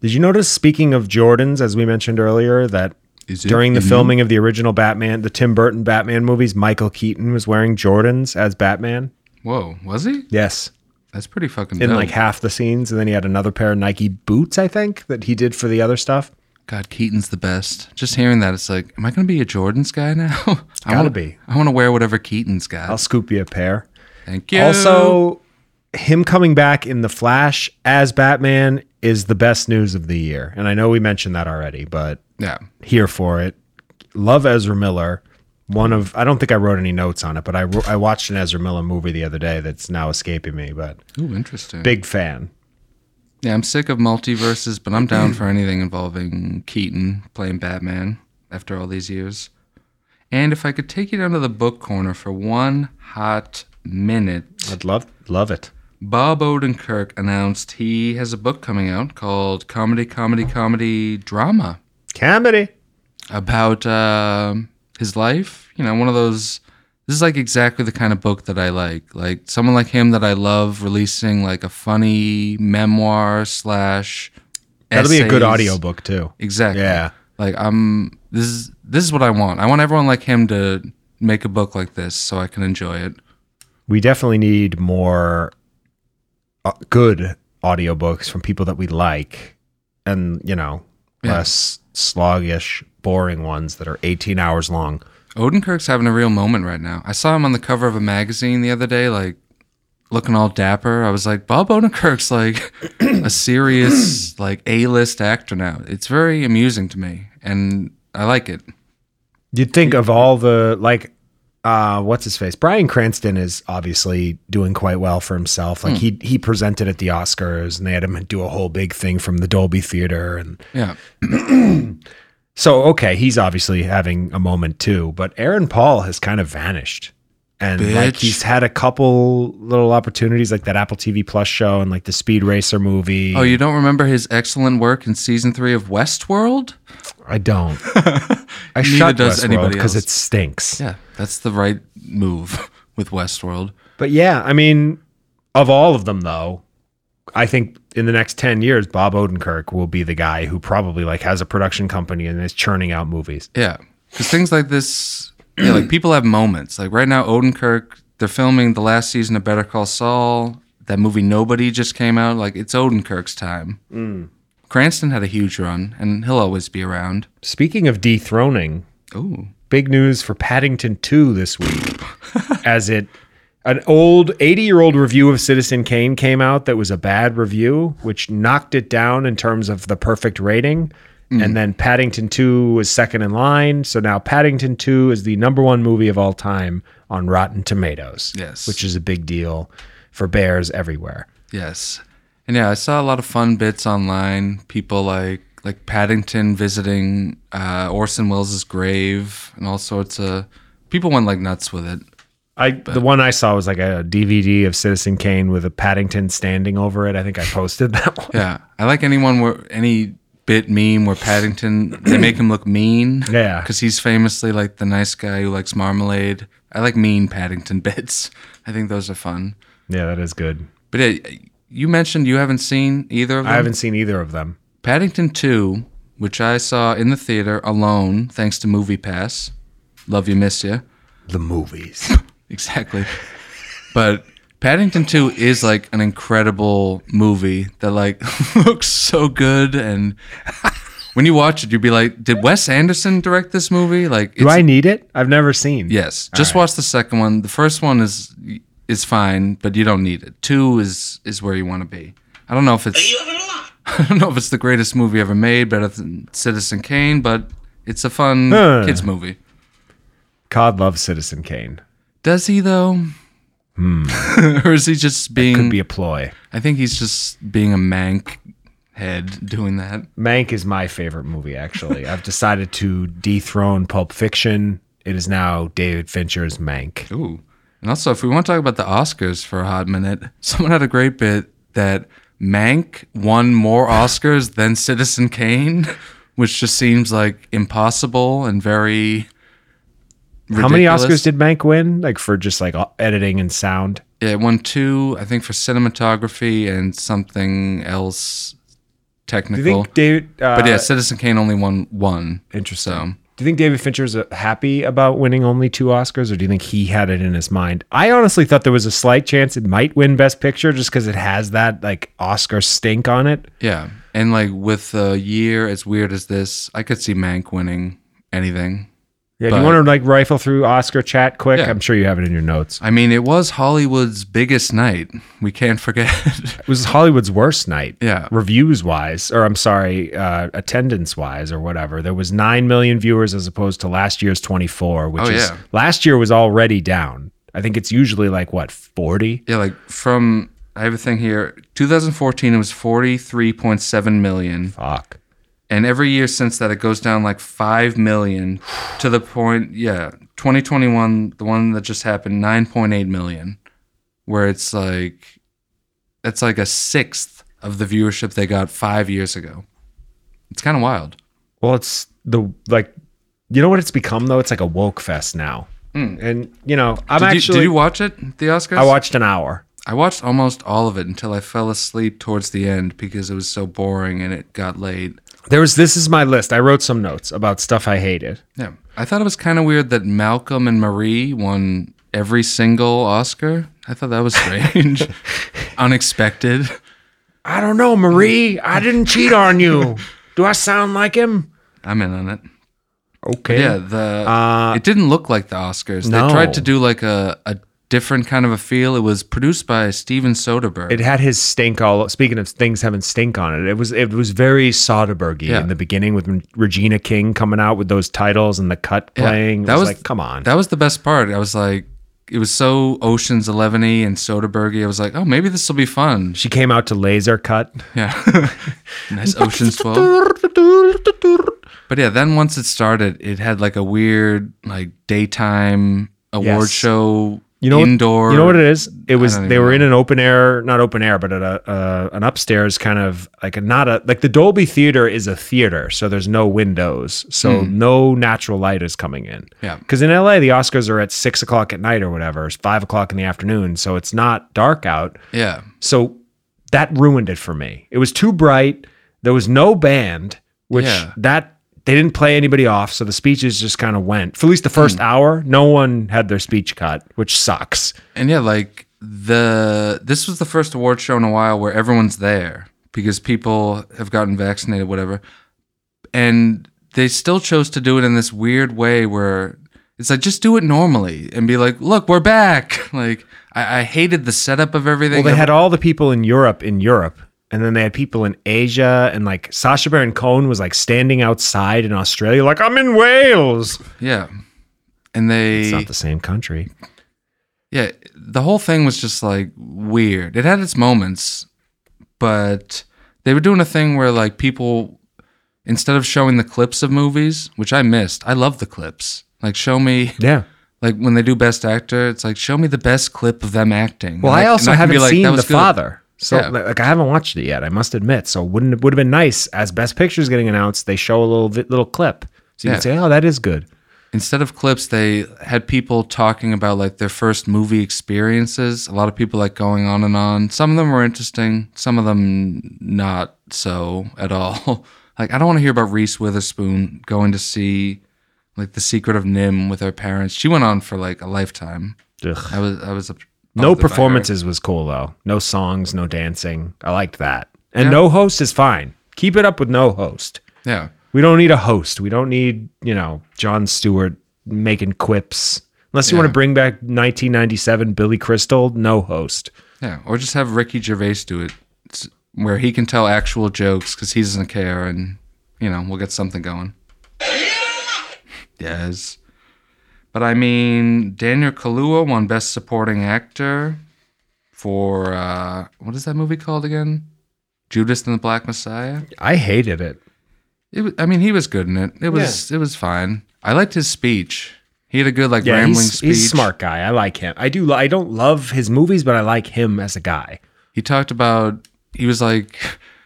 Did you notice, speaking of Jordans, as we mentioned earlier, that Is it during the in- filming of the original Batman, the Tim Burton Batman movies, Michael Keaton was wearing Jordans as Batman? Whoa, was he? Yes. That's pretty fucking In dope. like half the scenes. And then he had another pair of Nike boots, I think, that he did for the other stuff. God, Keaton's the best. Just hearing that, it's like, am I going to be a Jordan's guy now? I Gotta wanna, be. I want to wear whatever Keaton's got. I'll scoop you a pair. Thank you. Also, him coming back in The Flash as Batman is the best news of the year. And I know we mentioned that already, but yeah. here for it. Love Ezra Miller. One of I don't think I wrote any notes on it, but I wr- I watched an Ezra Miller movie the other day that's now escaping me. But Ooh, interesting. big fan. Yeah, I'm sick of multiverses, but I'm down for anything involving Keaton playing Batman after all these years. And if I could take you down to the book corner for one hot minute, I'd love love it. Bob Odenkirk announced he has a book coming out called Comedy, Comedy, Comedy Drama Comedy. about um his life. You know, one of those. This is like exactly the kind of book that I like. Like someone like him that I love releasing like a funny memoir slash. That'll be a good essays. audiobook too. Exactly. Yeah. Like I'm. This is this is what I want. I want everyone like him to make a book like this so I can enjoy it. We definitely need more uh, good audiobooks from people that we like and, you know, Yeah. less sloggish, boring ones that are 18 hours long. Odenkirk's having a real moment right now. I saw him on the cover of a magazine the other day, like looking all dapper. I was like, Bob Odenkirk's like a serious, like A-list actor now. It's very amusing to me, and I like it. You'd think of all the like uh what's his face? Brian Cranston is obviously doing quite well for himself. Like he he presented at the Oscars and they had him do a whole big thing from the Dolby Theater and Yeah, so okay, he's obviously having a moment too, but Aaron Paul has kind of vanished. And like Bitch. he's had a couple little opportunities like that Apple TV Plus show and like the Speed Racer movie. Oh, you don't remember his excellent work in season three of Westworld? I don't. I Neither shut does does anybody because else. it stinks. Yeah, that's the right move with Westworld. But yeah, I mean, of all of them though, I think in the next 10 years Bob Odenkirk will be the guy who probably like has a production company and is churning out movies. Yeah, because things like this, yeah, like people have moments. Like right now, Odenkirk, they're filming the last season of Better Call Saul. That movie Nobody just came out. Like it's Odenkirk's time. Cranston had a huge run, and he'll always be around. Speaking of dethroning, Ooh, big news for Paddington 2 this week as it an old 80-year-old review of Citizen Kane came out that was a bad review, which knocked it down in terms of the perfect rating And then Paddington 2 was second in line. So now Paddington 2 is the number one movie of all time on Rotten Tomatoes. Yes. Which is a big deal for bears everywhere. Yes. And yeah, I saw a lot of fun bits online. People like like Paddington visiting uh, Orson Welles' grave and all sorts of people went like nuts with it. I the one I saw was like a DVD of Citizen Kane with a Paddington standing over it. I think I posted that one. Yeah. I like anyone where any bit meme where Paddington they make him look mean. Yeah. Because he's famously like the nice guy who likes marmalade. I like mean Paddington bits. I think those are fun. Yeah, that is good. But yeah, you mentioned you haven't seen either of them. I haven't seen either of them. Paddington 2, which I saw in the theater alone thanks to Movie Pass. Love you, miss you. The movies. Exactly. but Paddington 2 is like an incredible movie that like looks so good and when you watch it you'd be like did Wes Anderson direct this movie? Like Do it's- I need it? I've never seen. Yes. Just watch the second one. The first one is is fine, but you don't need it. 2 is is where you want to be. I don't know if it's You have a lot. I don't know if it's the greatest movie ever made, better than Citizen Kane, but it's a fun Huh. kids movie. Cod loves Citizen Kane. Does he though? or is he just being? Hmm. Could be a ploy. I think he's just being a mank head doing that. Mank is my favorite movie, actually. I've decided to dethrone Pulp Fiction. It is now David Fincher's Mank. Ooh. And also, if we want to talk about the Oscars for a hot minute, someone had a great bit that Mank won more Oscars than Citizen Kane, which just seems like impossible and very. How many ridiculous. Oscars did Mank win? Like for just like o- editing and sound? Yeah, it won two, I think, for cinematography and something else Do technical. you think David? Uh, but yeah, Citizen Kane only won one. Interesting. So Do you think David Fincher's uh, happy about winning only two Oscars, or do you think he had it in his mind? I honestly thought there was a slight chance it might win Best Picture just because it has that like Oscar stink on it. yeah, and like with a year as weird as this, I could see Mank winning anything. Yeah, do you But- want to like rifle through Oscar chat quick? Yeah. I'm sure you have it in your notes. I mean, it was Hollywood's biggest night. We can't forget. It was Hollywood's worst night. Yeah. Reviews wise, or I'm sorry, uh, attendance wise, or whatever. There was 9 million viewers as opposed to last year's 24, which Oh, is yeah. last year was already down. I think it's usually like what, 40? yeah, like from I have a thing here. 2014, it was 43.7 million. Fuck. and every year since that it goes down like 5 million to the point yeah 2021 the one that just happened 9.8 million where it's like that's like a sixth of the viewership they got five years ago it's kind of wild Well, it's the like, you know what it's become though? It's like a woke fest now. And, you know, I'm Hmm. actually, did, you, did you watch it the oscars I watched an hour. I watched almost all of it until i fell asleep towards the end because it was so boring and it got late There was, this is my list. I wrote some notes about stuff I hated. yeah i thought it was kind of weird that malcolm and marie won every single oscar i thought that was strange unexpected. I don't know, Marie. I didn't cheat on you. Do I sound like him? I'm in on it. Okay. Yeah, the it didn't look like the Oscars. Uh, No. They tried to do like a, a different kind of a feel. It was produced by Steven Soderbergh. It had his stink all. Speaking of things having stink on it, it was it was very Soderberghy Yeah. in the beginning with Regina King coming out with those titles and the cut Yeah, playing. That was, like, come on. That was the best part. I was like, it was so Ocean's Eleven y and Soderberghy. I was like, oh, maybe this will be fun. she came out to laser cut. Yeah, nice Ocean's Twelve. But yeah, then once it started, it had like a weird like daytime award Yes. show. You know, indoor. What, you know what it is? It was don't they even were know. in an open air, not open air, but at a uh, an upstairs kind of like a not a like the Dolby Theater is a theater, so there's no windows, so Hmm. no natural light is coming in. Yeah. because in LA the Oscars are at six o'clock at night or whatever, it's five o'clock in the afternoon, so it's not dark out. Yeah, So that ruined it for me. It was too bright. There was no band, which Yeah. that they didn't play anybody off, so the speeches just kind of went. For at least the first Hmm. hour, no one had their speech cut, which sucks. And yeah, like the this was the first award show in a while where everyone's there because people have gotten vaccinated, whatever. And they still chose to do it in this weird way where it's like just do it normally and be like, look, we're back. Like I, I hated the setup of everything. Well, they had all the people in Europe in Europe And then they had people in Asia and like Sasha Baron Cohen was like standing outside in Australia, like, I'm in Wales. Yeah. And they It's not the same country. Yeah, the whole thing was just like weird. It had its moments, but they were doing a thing where like people instead of showing the clips of movies, which I missed. I love the clips. Like show me Yeah. like when they do best actor, it's like show me the best clip of them acting. Well, And I and also can be haven't like, seen "That The was good." Father. So Yeah. like I haven't watched it yet, I must admit. So wouldn't it would have been nice as Best Picture's getting announced, they show a little vi- little clip. So you Yeah. can say, "Oh, that is good." Instead of clips, they had people talking about like their first movie experiences. A lot of people like going on and on. Some of them were interesting, some of them not so at all. like I don't want to hear about Reese Witherspoon going to see like The Secret of Nim with her parents. She went on for like a lifetime. Ugh. I was I was a, No bothered by her. performances was cool though. No songs, no dancing. I liked that. And no host is fine. Keep it up with no host. Yeah. We don't need a host. We don't need, you know, John Stewart making quips. Unless you Yeah. want to bring back 1997 Billy Crystal, no host. Yeah, or just have Ricky Gervais do it, s- where he can tell actual jokes because he doesn't care, and you know we'll get something going. Yes, but I mean Daniel Kaluuya won Best Supporting Actor for uh, what is that movie called again? Judas and the Black Messiah. I hated it. It, wa- I mean he was good in it. It was it was fine. I liked his speech. He had a good like Yeah, rambling he's, speech. he's a smart guy. I like him. I do. li- I don't love his movies, but I like him as a guy. he talked about he was like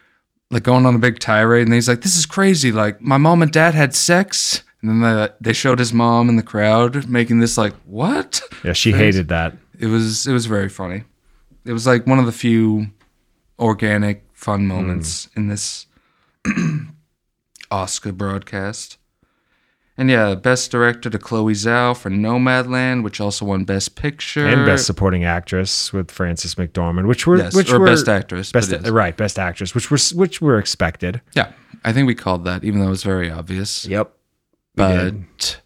like going on a big tirade and he's like this is crazy like my mom and dad had sex and then they, they showed his mom in the crowd making this like what Yeah, she hated that. it was it was very funny it was like one of the few organic Hmm. fun moments in this oscar broadcast and yeah best director to chloe zhao for nomadland which also won best picture And best supporting actress with Frances McDormand, which were Yes, which or were Best Actress, but best yes. right, best actress, which were which were expected. yeah i think we called that even though it was very obvious Yep. but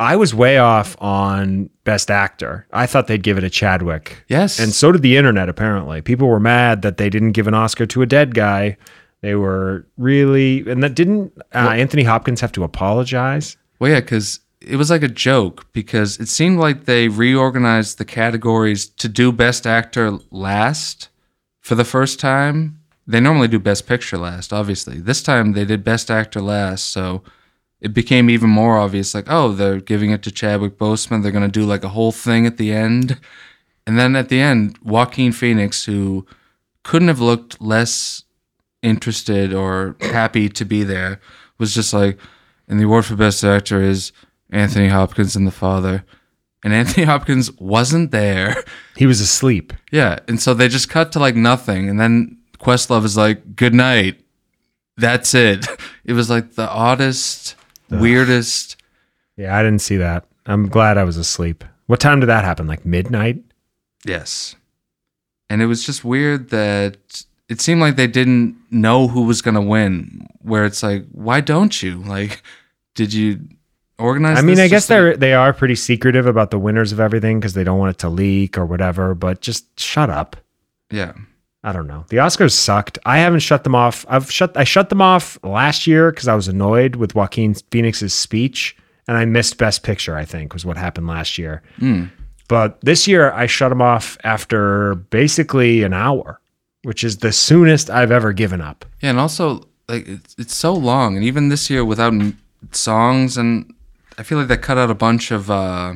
I was way off on Best Actor. I thought they'd give it to Chadwick. Yes. And so did the internet, apparently. People were mad that they didn't give an Oscar to a dead guy. They were really, and that didn't uh, Anthony Hopkins have to apologize? well, yeah, because it was like a joke because it seemed like they reorganized the categories to do Best Actor last for the first time. They normally do Best Picture last, obviously. This time they did Best Actor last, so it became even more obvious. Like, oh, they're giving it to Chadwick Boseman. They're gonna do like a whole thing at the end, and then at the end, Joaquin Phoenix, who couldn't have looked less interested or happy to be there was just like, and the award for best actor is Anthony Hopkins and the father. And Anthony Hopkins wasn't there. He was asleep. Yeah. And so they just cut to like nothing. And then Questlove is like, good night. That's it. It was like the oddest, weirdest. Yeah, I didn't see that. I'm glad I was asleep. What time did that happen? Like midnight? Yes. And it was just weird that it seemed like they didn't know who was going to win. Where it's like, why don't you? Like, did you organize? I mean, this I just guess to- they're they are pretty secretive about the winners of everything because they don't want it to leak or whatever. But just shut up. Yeah. I don't know. The Oscars sucked. I haven't shut them off. I've shut I shut them off last year because I was annoyed with Joaquin Phoenix's speech and I missed Best Picture, I think, was what happened last year. Hmm. But this year I shut them off after basically an hour, which is the soonest I've ever given up. Yeah, and also like it's, it's so long, and even this year without m- songs, and I feel like they cut out a bunch of uh,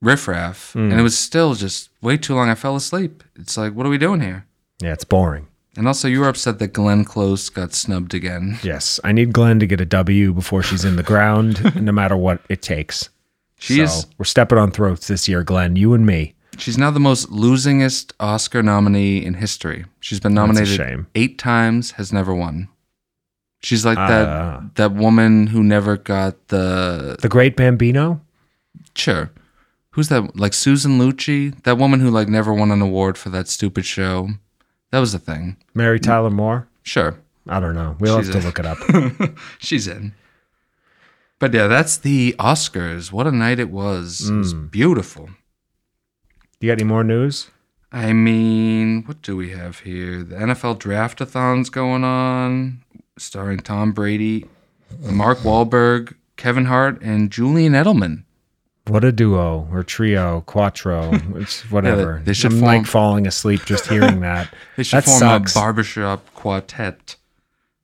riffraff, Mm. and it was still just way too long. I fell asleep. It's like, what are we doing here? Yeah, it's boring. And also, you were upset that Glenn Close got snubbed again. Yes. I need Glenn to get a W before she's in the ground, no matter what it takes. She is So we're stepping on throats this year, Glenn, you and me. she's now the most losingest Oscar nominee in history. She's been That's a nominated shame. eight times, has never won. She's like Ah. that that woman who never got the The great Bambino? Sure. Who's that? Like Susan Lucci, that woman who like never won an award for that stupid show. That was the thing. Mary Tyler Moore? Sure, I don't know. We'll She's have a- to look it up. she's in. But yeah, that's the Hmm. Oscars. What a night it was. It was beautiful. You got any more news? I mean, what do we have here? The NFL draftathon's going on, starring Tom Brady, Mark Wahlberg, Kevin Hart, and Julian Edelman. What a duo or trio, quattro, it's whatever. Yeah, they should I'm form- like falling asleep just hearing that. They should that form sucks. a barbershop quartet.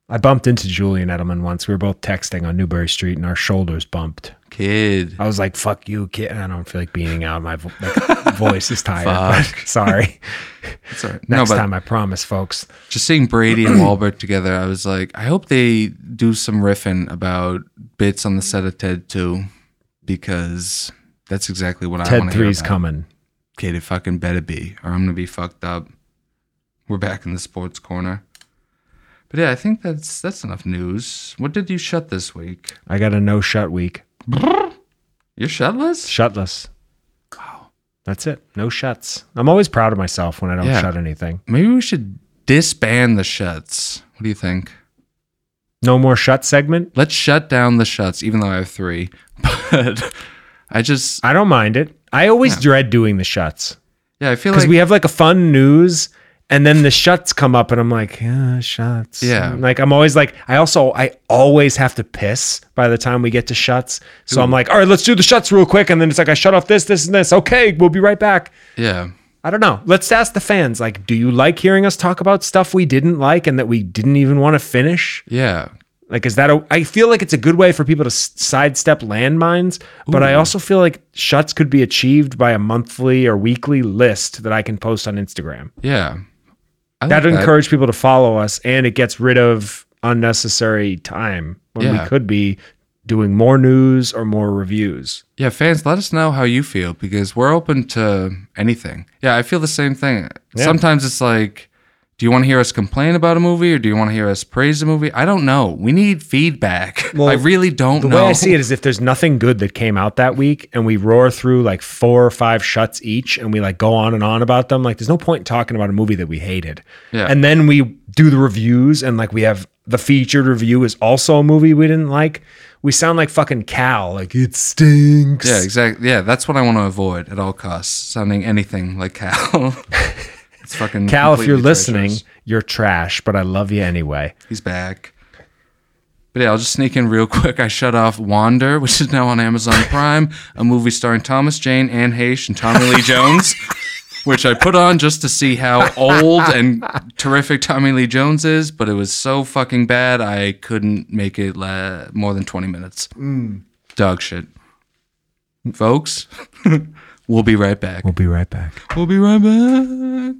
I bumped into Julian Edelman once. We were both texting on Newberry Street and our shoulders bumped. Kid. I was like, fuck you, kid. I don't feel like beating out. My vo- like, voice is tired. but sorry. That's all right. Next no, but time, I promise, folks. just seeing Brady and Wahlberg together, I was like, I hope they do some riffing about bits on the set of Ted 2 because that's exactly what I Ted want to hear. 3's about. coming. Kid, it fucking better be, or I'm gonna be fucked up. We're back in the sports corner. But yeah, I think that's that's enough news. What did you shut this week? I got a no shut week. You're shutless? Shutless. Wow. That's it. No shuts. I'm always proud of myself when I don't Yeah. shut anything. Maybe we should disband the shuts. What do you think? No more shut segment. Let's shut down the shuts, even though I have three. But I just I don't mind it. I always dread doing the shuts yeah, I feel because like we have like a fun news and then the shuts come up and I'm like, yeah, shuts. Yeah. Like I'm always like, I also, I always have to piss by the time we get to shuts. So I'm like, all right, let's do the shuts real quick. And then it's like, I shut off this, this, and this. Okay, we'll be right back. yeah. I don't know. Let's ask the fans, like, do you like hearing us talk about stuff we didn't like and that we didn't even want to finish? Yeah. Like, is that a, I feel like it's a good way for people to s- sidestep landmines, but I also feel like shuts could be achieved by a monthly or weekly list that I can post on Instagram. Yeah. I That'd like encourage people to follow us and it gets rid of unnecessary time when Yeah. we could be doing more news or more reviews. Yeah, fans, let us know how you feel because we're open to anything. Yeah, I feel the same thing. Yeah. Sometimes it's like, do you want to hear us complain about a movie or do you want to hear us praise a movie? I don't know. We need feedback. Well, I really don't The know. way I see it is if there's nothing good that came out that week and we roar through like four or five shuts each and we like go on and on about them, like there's no point in talking about a movie that we hated. Yeah. And then we do the reviews and like we have the featured review is also a movie we didn't like. We sound like fucking Cal, like it stinks. yeah, exactly. Yeah, that's what I want to avoid at all costs. Sounding anything like Cal. it's fucking Cal, if you're completely listening, treacherous. you're trash, but I love you anyway. he's back. But yeah, I'll just sneak in real quick. I shut off Wander, which is now on Amazon Prime, a movie starring Thomas Jane, Anne Heche, and Tommy Lee Jones, which I put on just to see how old and terrific Tommy Lee Jones is. But it was so fucking bad, I couldn't make it la- more than 20 minutes. Dog shit. Folks, we'll be right back. We'll be right back. We'll be right back.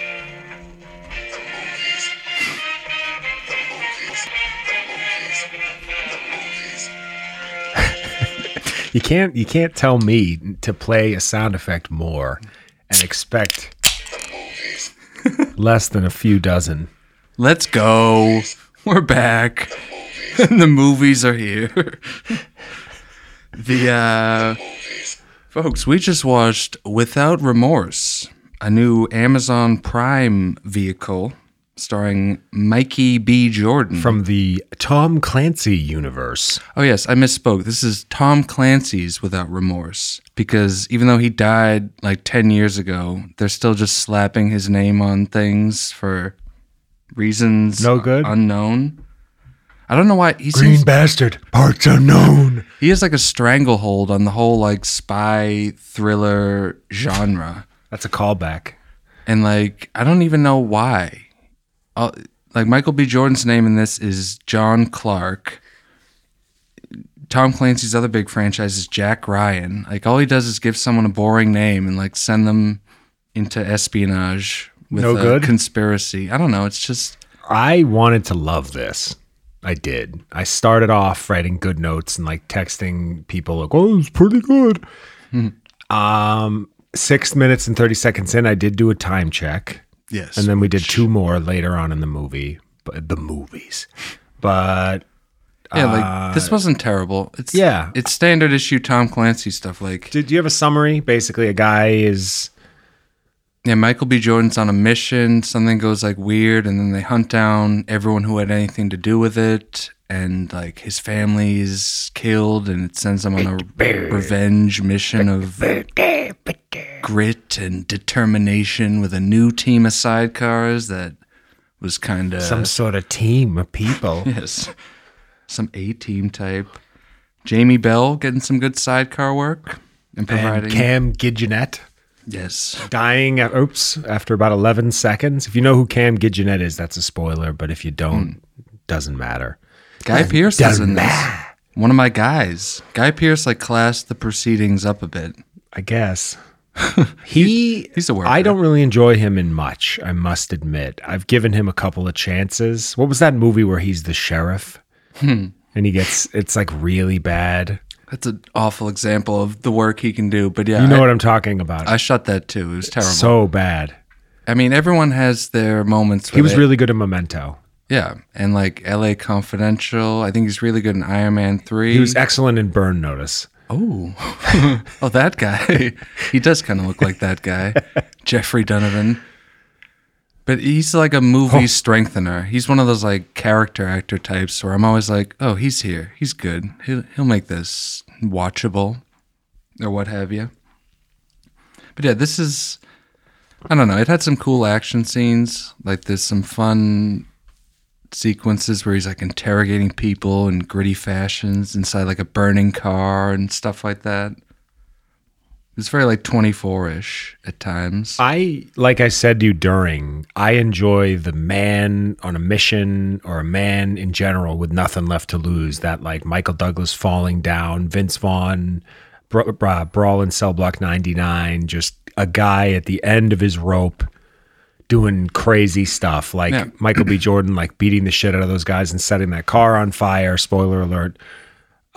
The movies. The movies. The movies. The movies. You can't you can't tell me to play a sound effect more and expect less than a few dozen. Let's go. We're back. the movies are here. the uh folks, we just watched Without Remorse, a new Amazon Prime vehicle starring Mikey B. Jordan. From the Tom Clancy universe. Oh yes, I misspoke. This is Tom Clancy's Without Remorse because even though he died like 10 years ago, they're still just slapping his name on things for reasons No good? unknown. I don't know why he seems, bastard, parts unknown. he has like a stranglehold on the whole like spy thriller genre. That's a callback. And like I don't even know why. Uh, like Michael B. Jordan's name in this is John Clark. Tom Clancy's other big franchise is Jack Ryan. Like all he does is give someone a boring name and like send them into espionage with No a good? conspiracy. I don't know. It's just I wanted to love this. I did. I started off writing good notes and like texting people like, "Oh, it's pretty good." Um, six minutes and thirty seconds in, I did do a time check. yes. and then we did two more later on in the movie, but the movies. But yeah, like this wasn't terrible. It's Uh, yeah. it's standard issue Tom Clancy stuff. Like did you have a summary? Basically, a guy is yeah, Michael B. Jordan's on a mission. Something goes like weird, and then they hunt down everyone who had anything to do with it, and like his family is killed, and it sends them on a revenge mission of grit and determination with a new team of sidecars that was kind of Some sort of team of people. yes, some A team type. Jamie Bell getting some good sidecar work and providing and Cam Gidgenet yes, dying, at, oops, after about 11 seconds. If you know who Cam Gidgenet is, that's a spoiler. But if you don't, doesn't matter. Guy Pierce is doesn't in this. One of my guys, Guy Pierce, like classed the proceedings up a bit. I guess. he he's a worker. I don't really enjoy him in much, I must admit. I've given him a couple of chances. What was that movie where he's the sheriff? Hmm. And he gets it's like really bad. That's an awful example of the work he can do. But yeah, You know Uh, I, what I'm talking about. I shut that too. It was terrible. so bad. I mean, everyone has their moments. He where was they- really good at Memento. yeah, and like L.A. Confidential. I think he's really good in Iron Man Three. He was excellent in Burn Notice. oh, oh, that guy. he does kind of look like that guy, Jeffrey Donovan. But he's like a movie strengthener. He's one of those like character actor types where I'm always like, oh, he's here. He's good. He'll he'll make this watchable, or what have you. But yeah, this is. I don't know. It had some cool action scenes. Like there's some fun sequences where he's like interrogating people in gritty fashions inside like a burning car and stuff like that. It's very like 24 ish at times. I like I said to you during, I enjoy the man on a mission or a man in general with nothing left to lose. That like Michael Douglas falling down, Vince Vaughn, bra- bra- brawl in cell block ninety nine, just a guy at the end of his rope doing crazy stuff like Yeah. Michael B. Jordan, like beating the shit out of those guys and setting that car on fire. Spoiler alert.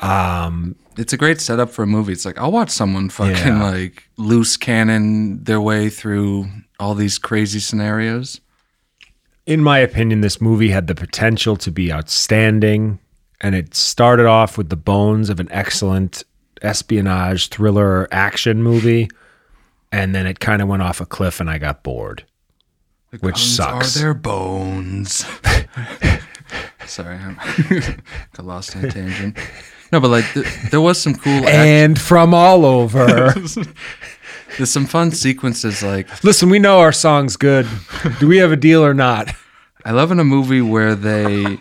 It's a great setup for a movie. It's like, I'll watch someone fucking Yeah. like loose cannon their way through all these crazy scenarios. in my opinion, this movie had the potential to be outstanding, and it started off with the bones of an excellent espionage thriller action movie, and then it kind of went off a cliff, and I got bored, which Bones sucks. Are there bones? Sorry, I'm got lost on a tangent. No, but like th- there was some cool. act- and from all over. there's some fun sequences. Like Listen, we know our song's good. Do we have a deal or not? I love in a movie where they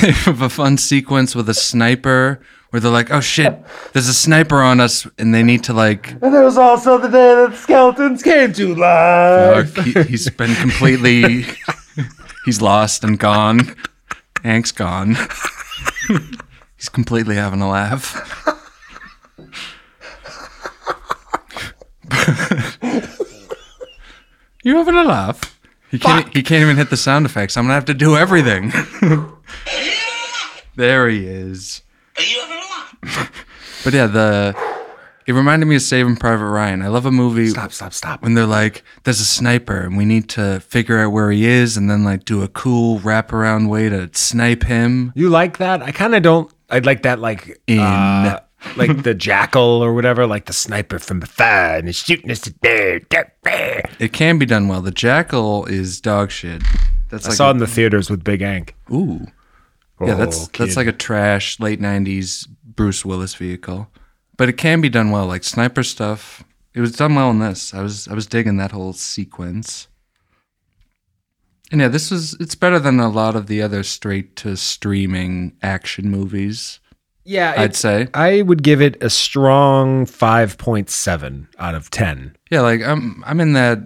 they have a fun sequence with a sniper where they're like, "Oh shit, there's a sniper on us," and they need to like. And there was also the day that the skeletons came to life. Fuck, he, he's been completely. he's lost and gone. Hank's gone. he's completely having a laugh. you having a laugh? He can't, he can't even hit the sound effects. I'm gonna have to do everything. there he is. Are you having a laugh? But yeah, the it reminded me of Saving Private Ryan. I love a movie. Stop, stop, stop. When they're like, "There's a sniper, and we need to figure out where he is, and then like do a cool wraparound way to snipe him." You like that? I kind of don't. I'd like that, like in like the jackal or whatever, like the sniper from afar and is shooting us to there. It can be done well. The jackal is dog shit. That's I like saw a- it in the theaters with Big Ank. Ooh. Yeah, that's Oh, that's kid. like a trash late '90s Bruce Willis vehicle, but it can be done well, like sniper stuff. It was done well in this. I was I was digging that whole sequence. And yeah, this was it's better than a lot of the other straight to streaming action movies. yeah. I'd say I would give it a strong five point seven out of ten. yeah, like I'm I'm in that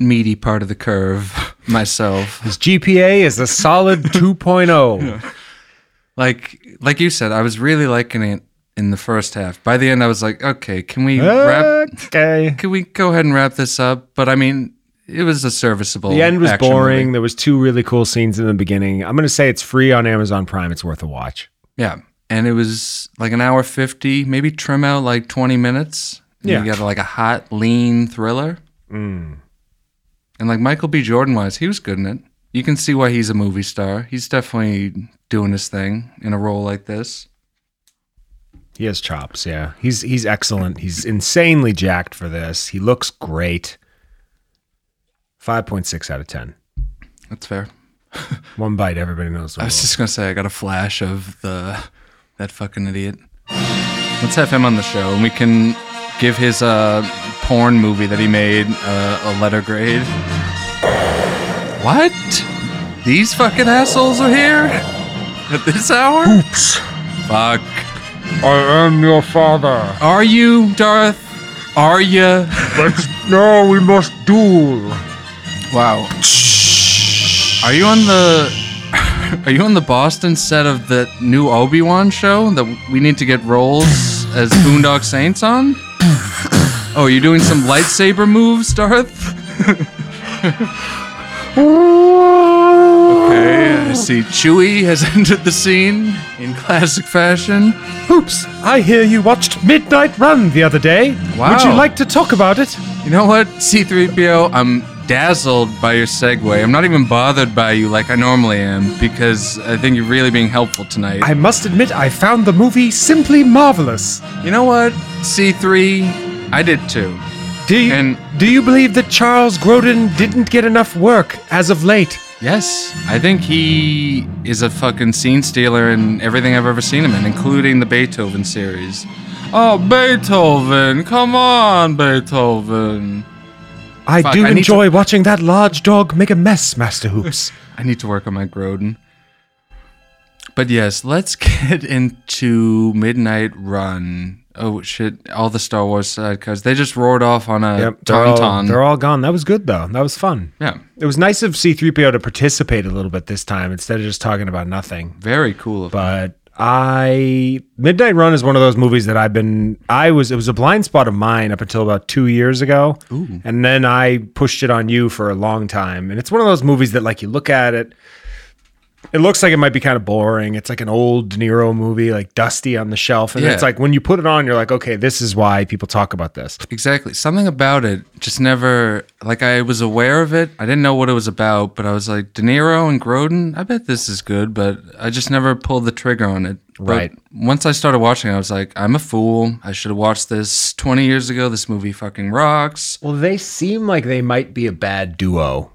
meaty part of the curve myself. His GPA is a solid oh. 2.0. like like you said, I was really liking it in the first half. By the end, I was like, okay, can we wrap? Okay. Can we go ahead and wrap this up? But I mean, it was a serviceable. The end was action boring. movie. There was two really cool scenes in the beginning. I'm gonna say it's free on Amazon Prime. It's worth a watch. Yeah, and it was like an hour fifty. Maybe trim out like twenty minutes. And Yeah. Mm. you got like a hot, lean thriller. And like Michael B. Jordan was, he was good in it. You can see why he's a movie star. He's definitely doing his thing in a role like this. He has chops. Yeah, he's he's excellent. He's insanely jacked for this. He looks great. 5.6 out of 10. That's fair. One bite, everybody knows. I What was just gonna say I got a flash of the that fucking idiot. Let's have him on the show, and we can give his uh, porn movie that he made uh, a letter grade. What? These fucking assholes are here at this hour? Oops. Fuck. I am your father. Are you Darth? Are you? No, we must duel. Wow. Are you on the Are you on the Boston set of the new Obi-Wan show that we need to get roles as Boondock Saints on? Oh, you're doing some lightsaber moves, Darth? okay, I see Chewie has entered the scene in classic fashion. Oops, I hear you watched Midnight Run the other day. Would you Wow. like to talk about it? You know what, C3PO? I'm dazzled by your segue. I'm not even bothered by you like I normally am because I think you're really being helpful tonight. I must admit, I found the movie simply marvelous. you know what, C3? I did too. Do you, And- do you believe that Charles Grodin didn't get enough work as of late? Yes, I think he is a fucking scene stealer in everything I've ever seen him in, including the Beethoven series. Oh, Beethoven! Come on, Beethoven! I Fuck, do I need enjoy watching that large dog make a mess, Master Hoops. I need to work on my Groden. But yes, let's get into Midnight Run. Oh shit! All the Star Wars side cuz they just roared off on a they're, all, tauntaun. they're all gone. That was good, though. That was fun. yeah, It was nice of C3PO to participate a little bit this time instead of just talking about nothing. very cool. Of But I Midnight Run is one of those movies that I've been I was it was a blind spot of mine up until about 2 years ago. And then I pushed it on you for a long time. And it's one of those movies that like you look at it it looks like it might be kind of boring. It's like an old De Niro movie, like dusty on the shelf. And Yeah. it's like when you put it on, you're like, okay, this is why people talk about this. Exactly. Something about it just never like I was aware of it. I didn't know what it was about, but I was like De Niro and Grodin. I bet this is good, but I just never pulled the trigger on it. But Right. once I started watching, it, I was like, I'm a fool. I should have watched this 20 years ago. This movie fucking rocks. Well, they seem like they might be a bad duo.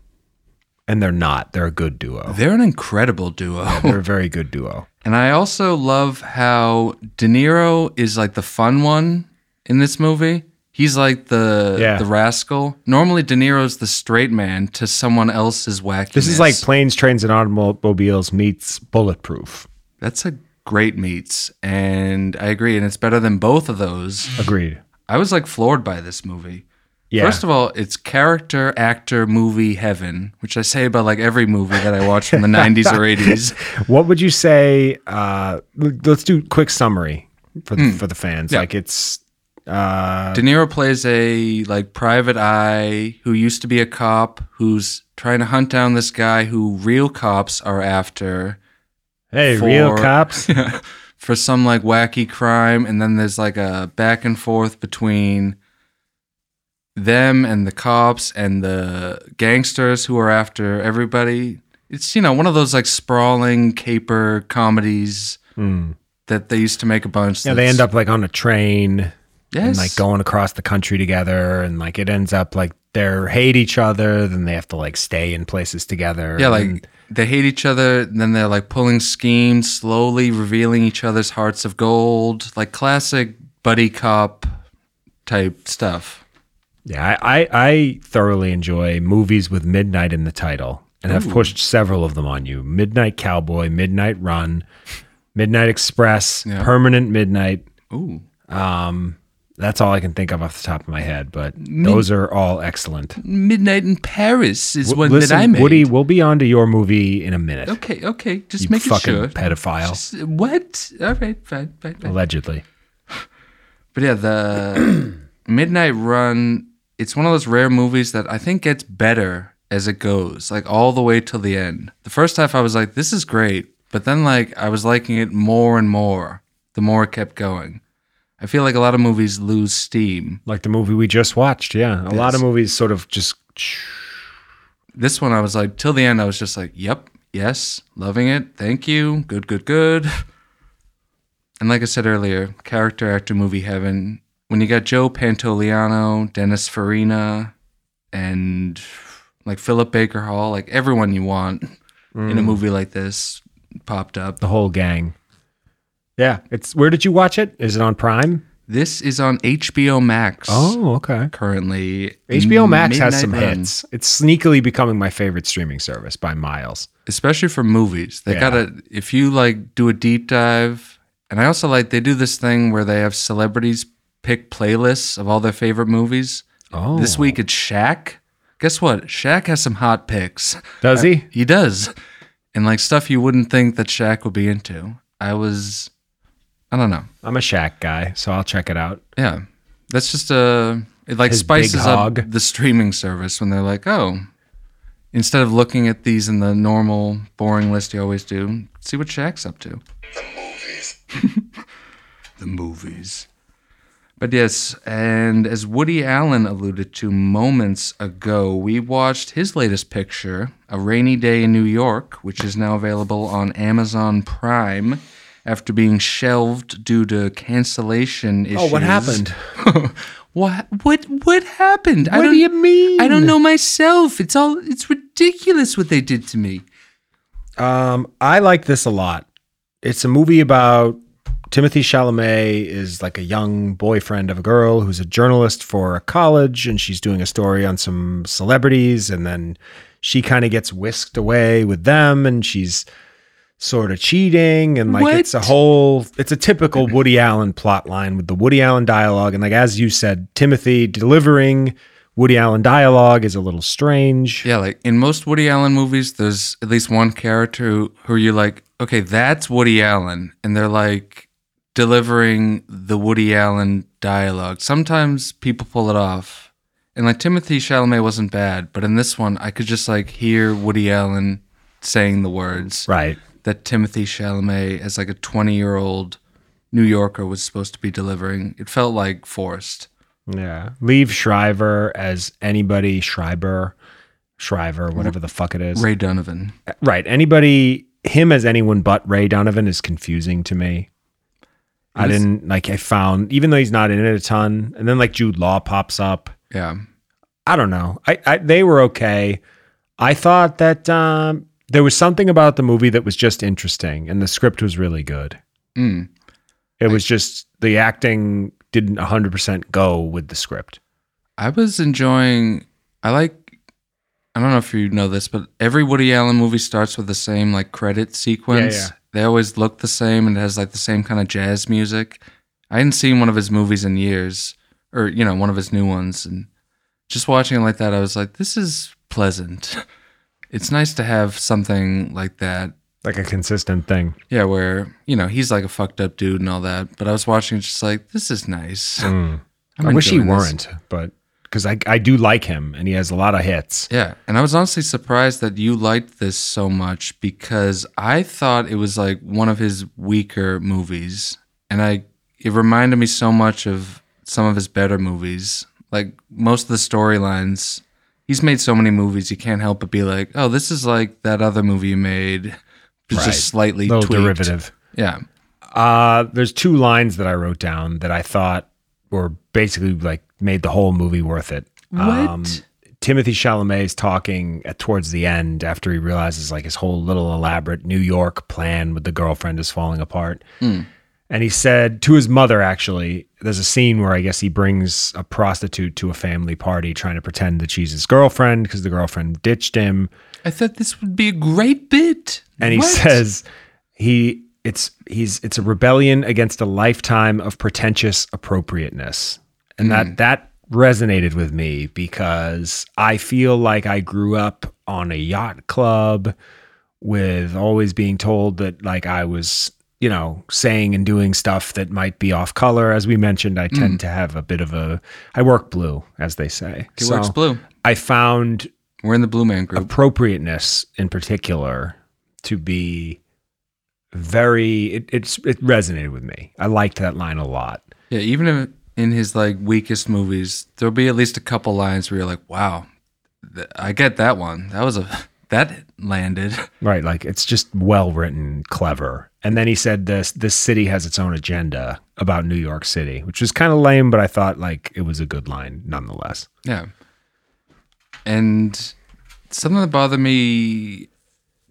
And they're not. They're a good duo. They're an incredible duo. They're a very good duo. And I also love how De Niro is like the fun one in this movie. He's like the Yeah. the rascal. Normally, De Niro's the straight man to someone else's wackiness. This is like planes, trains, and automobiles meets bulletproof. that's a great meets, and I agree. And it's better than both of those. Agreed. I was like floored by this movie. Yeah. First of all, it's character actor movie heaven, which I say about like every movie that I watch from the 90s or 80s. what would you say? Uh, l- let's do quick summary for the, for the fans. Hmm. Yeah. Like it's uh, De Niro plays a like private eye who used to be a cop who's trying to hunt down this guy who real cops are after hey, For- real cops. for some like wacky crime and then there's like a back and forth between them and the cops and the gangsters who are after everybody. It's you know one of those like sprawling caper comedies that they used to make a bunch. Hmm. yeah, they that's- end up like on a train yes. and like going across the country together, and like it ends up like they're hate each other. Then they have to like stay in places together. Yeah, like and- they hate each other, and then they're like pulling schemes, slowly revealing each other's hearts of gold, like classic buddy cop type stuff. yeah, I, I I thoroughly enjoy movies with midnight in the title, and I've pushed several of them on you: Midnight Cowboy, Midnight Run, Midnight Express, Yeah. Permanent Midnight. Ooh. That's all I can think of off the top of my head, but those are all excellent. Midnight in Paris is one Listen, that I made. Woody, we'll be on to your movie in a minute. Okay, okay, just You making fucking sure. pedophile. Just- what? All right, fine, fine, fine. Allegedly. But yeah, the Midnight Run, it's one of those rare movies that I think gets better as it goes, like all the way till the end. The first half I was like, this is great, but then like I was liking it more and more the more it kept going. I feel like a lot of movies lose steam. Like the movie we just watched. Yeah. A lot of Yes. movies sort of just. This one I was like till the end I was just like, yep, yes, loving it. Thank you. Good, good, good. And like I said earlier, character actor movie heaven. When you got Joe Pantoliano, Dennis Farina, and like Philip Baker Hall, like everyone you want in Mm. a movie like this popped up. The whole gang. Yeah, it's where did you watch it? Is it on Prime? This is on HBO Max. Oh. okay. currently HBO Max has Mm, Midnight some Run, hits. It's sneakily becoming my favorite streaming service by miles. especially for movies. They Yeah. gotta if you like do a deep dive, and I also like they do this thing where they have celebrities pick playlists of all their favorite movies. Oh, This week it's Shaq. Guess what? Shaq has some hot picks. does he? He does. And like stuff you wouldn't think that Shaq would be into. I was I don't know. I'm a Shaq guy, so I'll check it out. Yeah. That's just a it like His big spices up hog. the streaming service when they're like, "Oh, instead of looking at these in the normal boring list you always do, see what Shaq's up to." The movies. The movies. But yes, and as Woody Allen alluded to moments ago, we watched his latest picture, A Rainy Day in New York, which is now available on Amazon Prime after being shelved due to cancellation Oh, issues. What what what happened? I What do don't- you mean? I don't know myself. It's all it's ridiculous what they did to me. Um, I like this a lot. It's a movie about Timothy Chalamet is like a young boyfriend of a girl who's a journalist for a college, and she's doing a story on some celebrities, and then she kind of gets whisked away with them, and she's sort of cheating, and like it's a What? whole, it's a typical Woody Allen plot line with the Woody Allen dialogue, and like as you said, Timothy delivering Woody Allen dialogue is a little strange. Yeah, like in most Woody Allen movies, there's at least one character who, who you're like, okay, that's Woody Allen, and they're like delivering the Woody Allen dialogue. Sometimes people pull it off, and like Timothy Chalamet wasn't bad, but in this one, I could just like hear Woody Allen saying the words Right. that Timothy Chalamet, as like a 20 year old New Yorker, was supposed to be delivering. It felt like forced. Yeah. Leave Shriver as anybody Schreiber, Shriver, whatever the fuck it is. Ray Donovan. Right. Anybody him as anyone but Ray Donovan is confusing to me. I It is- didn't like I found even though he's not in it a ton and then like Jude Law pops up. Yeah. I don't know. I, I they were okay. I thought that um there was something about the movie that was just interesting and the script was really good. Mm. It was just the acting didn't 100% go with the script. I was enjoying. I like. I don't know if you know this, but every Woody Allen movie starts with the same like credit sequence. yeah. They always look the same and it has like the same kind of jazz music. I hadn't seen one of his movies in years, or you know, one of his new ones, and just watching it like that, I was like, this is pleasant. It's nice to have something like that. Like a consistent thing. Yeah, where you know he's like a fucked up dude and all that, but I was watching it just like this is nice. I'm Hmm. I wish he enjoying this. weren't, but because I, I do like him and he has a lot of hits. Yeah, and I was honestly surprised that you liked this so much because I thought it was like one of his weaker movies, and I it reminded me so much of some of his better movies. Like most of the storylines, he's made so many movies, you can't help but be like, "Oh, this is like that other movie you made, it's Right. just slightly Little tweaked." derivative. Yeah, Uh, there's two lines that I wrote down that I thought were basically like made the whole movie worth it. What? Timothy Chalamet is talking at, towards the end after he realizes like his whole little elaborate New York plan with the girlfriend is falling apart. Hmm. And he said to his mother, actually, there's a scene where I guess he brings a prostitute to a family party trying to pretend that she's his girlfriend because the girlfriend ditched him. I thought this would be a great bit, and he What? says he it's he's it's a rebellion against a lifetime of pretentious appropriateness and Hmm. that that resonated with me because i feel like i grew up on a yacht club with always being told that like i was you know saying and doing stuff that might be off color as we mentioned i tend Hmm. to have a bit of a i work blue as they say "It works blue." i found We're in the Blue Man Group. appropriateness in particular to be very it, it's it resonated with me i liked that line a lot Yeah, even if in his like weakest movies, there'll be at least a couple lines where you're like, "Wow, th- I get that one. That was a that landed." right like it's just well written clever and then he said this this city has its own agenda about new york city which was kind of lame but i thought like it was a good line nonetheless Yeah, and Something that bothered me.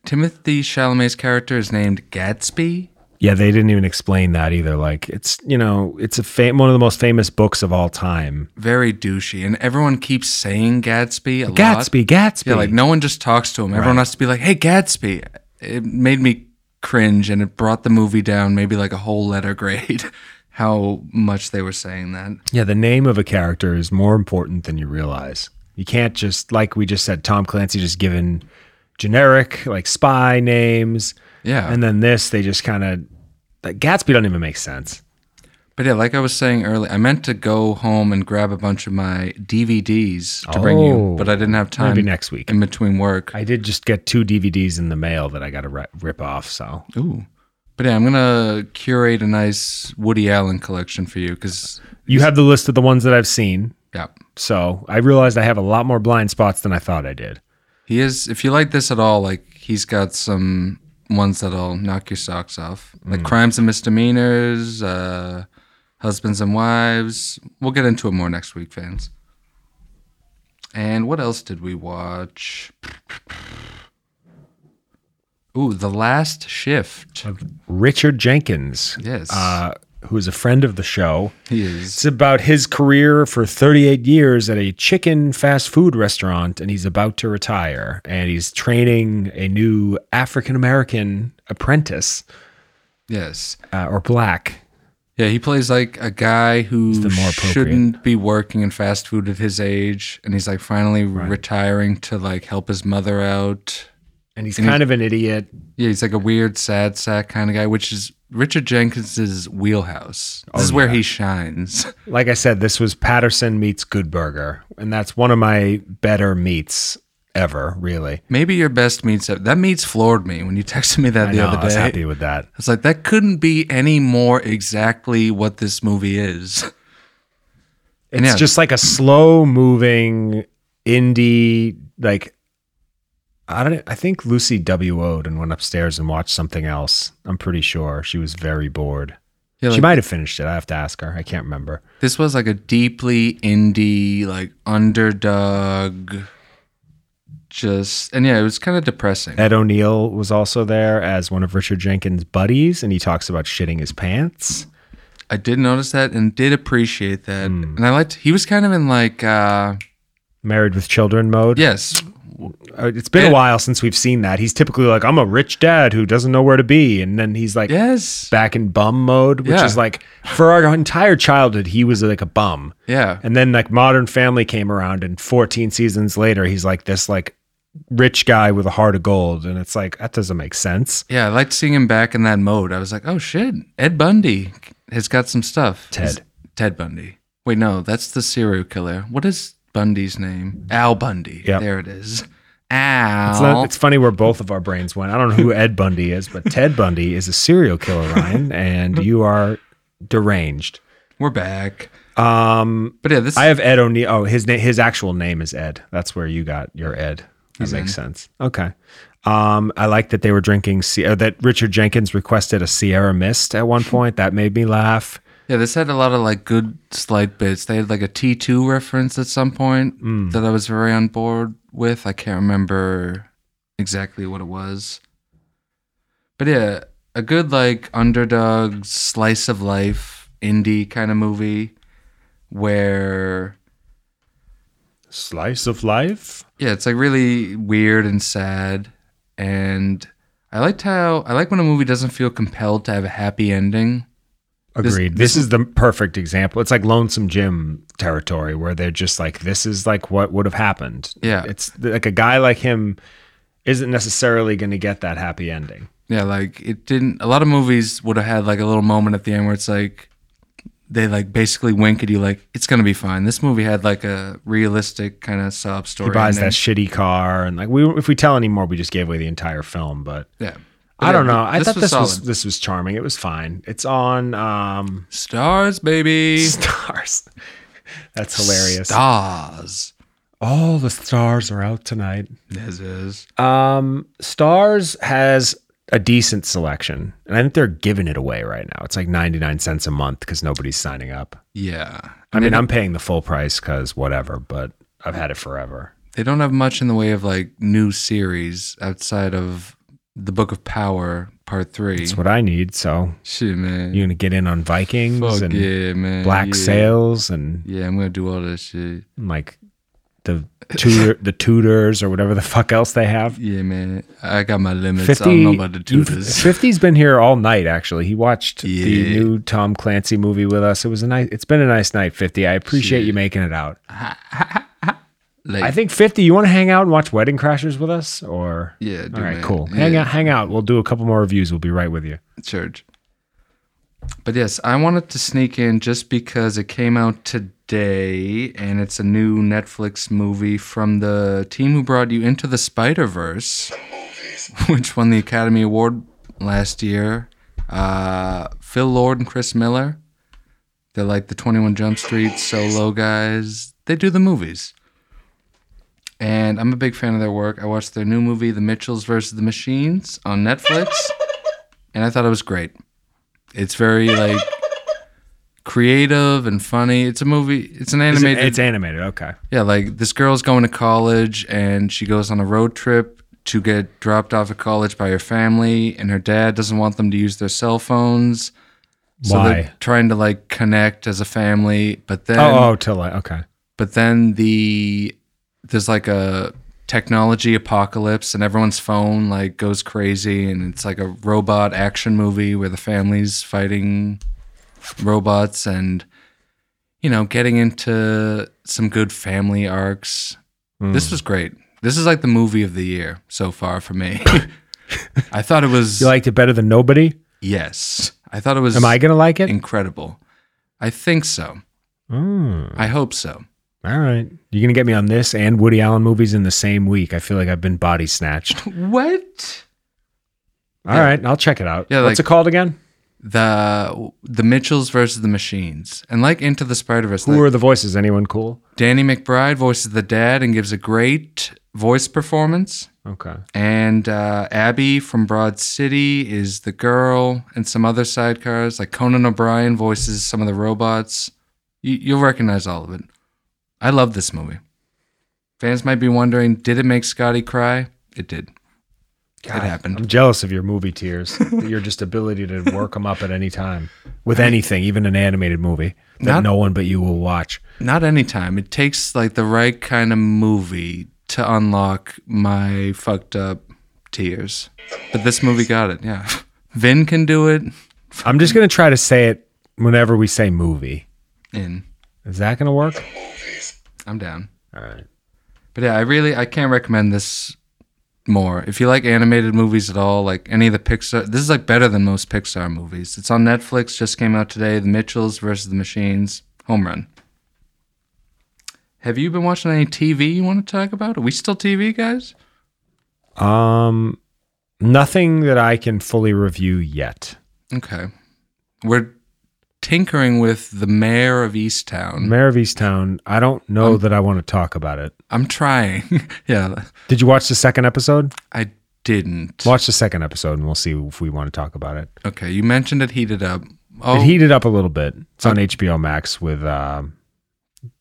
Timothy Chalamet's character is named Gatsby. Yeah, they didn't even explain that either. Like it's you know it's a fam- one of the most famous books of all time. Very douchey, and everyone keeps saying Gatsby a lot. Gatsby, Gatsby. Yeah, like no one just talks to him. Everyone Right. has to be like, "Hey, Gatsby." It made me cringe, and it brought the movie down maybe like a whole letter grade. How much they were saying that. Yeah, the name of a character is more important than you realize. You can't just like we just said, Tom Clancy just given generic like spy names, Yeah, and then this they just kind of like Gatsby doesn't even make sense. but yeah, like I was saying earlier, I meant to go home and grab a bunch of my DVDs to bring you, Oh. but I didn't have time. Maybe next week. in between work. I did just get two DVDs in the mail that I got to ri rip off. So Ooh. But yeah, I'm gonna curate a nice Woody Allen collection for you because you have the list of the ones that I've seen. yeah, So I realized I have a lot more blind spots than I thought I did. he is. If you like this at all, like he's got some ones that'll knock your socks off, Hmm. like crimes and misdemeanors, uh, husbands and wives. We'll get into it more next week, fans. And what else did we watch? Ooh, The Last Shift. Oh, Richard Jenkins, Yes. uh, who is a friend of the show. He is. It's about his career for 38 years at a chicken fast food restaurant, and he's about to retire. And he's training a new African American apprentice Yes. uh, or black. Yeah, he plays like a guy who the more appropriate. shouldn't be working in fast food at his age, and he's like finally retiring to like help his mother out. And he's And kind of an idiot. Yeah, he's like a weird, sad sack kind of guy, which is Richard Jenkins's wheelhouse. Oh, This is where he shines. Like I said, this was Patterson meets Good Burger, and that's one of my better meets ever, really. Maybe your best meets that meets floored me when you texted me that I the know, other day. I was happy with that. It's like that couldn't be any more exactly what this movie is. It's Yeah. just like a slow moving indie like I don't I think Lucy WO'd and went upstairs and watched something else. I'm pretty sure she was very bored. Yeah, she like- might have finished it. I have to ask her. I can't remember. This was like a deeply indie, like underdog, just and yeah, it was kind of depressing. Ed O'Neill was also there as one of Richard Jenkins' buddies and he talks about shitting his pants. I did notice that and did appreciate that, Hmm. and I liked. He was kind of in like, uh Married with children mode. yes, Uh, It's been Yeah. a while since we've seen that. He's typically like, I'm a rich dad who doesn't know where to be. And then he's like, yes, back in bum mode, which Yeah. is like for our entire childhood, he was like a bum. yeah, And then like Modern Family came around, and 14 seasons later, he's like this like rich guy with a heart of gold, and it's like that doesn't make sense. yeah. I liked seeing him back in that mode. I was like, oh shit, Ed Bundy has got some stuff. Ted. He's- Ted Bundy. Wait, no, that's the serial killer. What is Bundy's name? Al Bundy. Yep. there it is. Al. It's, not, it's funny where both of our brains went. I don't know who Ed Bundy is, but Ted Bundy is a serial killer, Ryan, and you are deranged. We're back. Um, But yeah, this I have Ed O'Neill. Oh, his name, his actual name is Ed. That's where you got your Ed. That makes sense. Okay. Um, I like that they were drinking. Sie- uh, that Richard Jenkins requested a Sierra Mist at one point. That made me laugh. Yeah, this had a lot of like good slight bits. They had like a T two reference at some point that I was very on board with. I can't remember exactly what it was, but yeah, a good like underdog slice of life indie kind of movie where Slice of life. yeah, it's like really weird and sad. And I liked how I like when a movie doesn't feel compelled to have a happy ending. This- Agreed. This, is the perfect example. It's like Lonesome Jim territory where they're just like, this is like what would have happened. Yeah. It's th- like a guy like him isn't necessarily going to get that happy ending. Yeah, like it didn't. A lot of movies would have had like a little moment at the end where it's like they like basically wink at you, like it's gonna be fine. This movie had like a realistic kind of sob story. He buys ending. that shitty car. And like, we, if we tell any more, we just gave away the entire film. But yeah, I don't know. I thought this was solid. this was charming. It was fine. It's on um stars, baby. stars. That's hilarious. Stars. All the stars are out tonight. This is Um Stars has a decent selection. And I think they're giving it away right now. It's like 99 cents a month cuz nobody's signing up. yeah. I mean, I'm paying the full price cuz whatever, but I've had it forever. they don't have much in the way of like new series outside of the Book of Power Part Three. That's what I need. So Shit, man. you're gonna get in on Vikings Fuck and yeah, man. Black yeah. Sails and Yeah, I'm gonna do all that shit. like the tutor, the tutors or whatever the fuck else they have. Yeah, man. I got my limits. I don't know about the 50, tutors. has been here all night. Actually, he watched the Yeah. new Tom Clancy movie with us. It was a nice. It's been a nice night, Fifty. I appreciate you making it out. Like, I think Fifty. You want to hang out and watch Wedding Crashers with us, or Yeah, do all right, it. cool. Hang Yeah. out, hang out. We'll do a couple more reviews. We'll be right with you. church. But yes, I wanted to sneak in just because it came out today and it's a new Netflix movie from the team who brought you Into the Spider Verse, which won the Academy Award last year. Uh, Phil Lord and Chris Miller. They're like the 21 Jump Street solo guys. They do the movies. And I'm a big fan of their work. I watched their new movie, The Mitchells versus the Machines, on Netflix and I thought it was great. It's very like creative and funny. It's a movie. It's an Is it- animated. it's animated. Okay. yeah, like this girl's going to college and she goes on a road trip to get dropped off at college by her family, and her dad doesn't want them to use their cell phones. So Why? they're trying to like connect as a family, but then oh, oh, till like okay. but then the there's like a technology apocalypse and everyone's phone like goes crazy and it's like a robot action movie where the family's fighting robots and you know getting into some good family arcs Hmm. this was great this is like the movie of the year so far for me i thought it was You liked it better than nobody. yes i thought it was Am I gonna like it? incredible i think so Mm, i hope so all right. You're gonna get me on this and Woody Allen movies in the same week. I feel like I've been body snatched. what All right, I'll check it out. Yeah, What's like- it called again? the the Mitchells versus the Machines, and like Into the Spider Verse, Who are the voices? Anyone cool? Danny McBride voices the dad and gives a great voice performance, Okay. and uh, Abby from Broad City is the girl, and some other sidecars like Conan O'Brien voices some of the robots. You, you'll recognize all of it. I love this movie. Fans might be wondering, did it make Scotty cry? It did. it happened. I'm jealous of your movie tears. your just ability to work them up at any time with anything, even an animated movie that Not- no one but you will watch. Not any time. It takes like the right kind of movie to unlock my fucked up tears. But this movie got it. Yeah. Vin can do it. I'm just gonna try to say it whenever we say movie. In. Is that gonna work? I'm down. All right. But yeah, I really I can't recommend this more. If you like animated movies at all, like any of the Pixar, this is like better than most Pixar movies. It's on Netflix. Just came out today. The Mitchells versus the Machines. Home run. Have you been watching any TV you want to talk about? Are we still TV guys? Um, nothing that I can fully review yet. Okay. We're tinkering with the mayor of Easttown. Mayor of Easttown. I don't know that I want to talk about it. I'm trying. yeah, Did you watch the second episode? I didn't. Watch the second episode, and we'll see if we want to talk about it. Okay, you mentioned it heated up. Oh, Uh, It heated up a little bit. It's on HBO Max with um,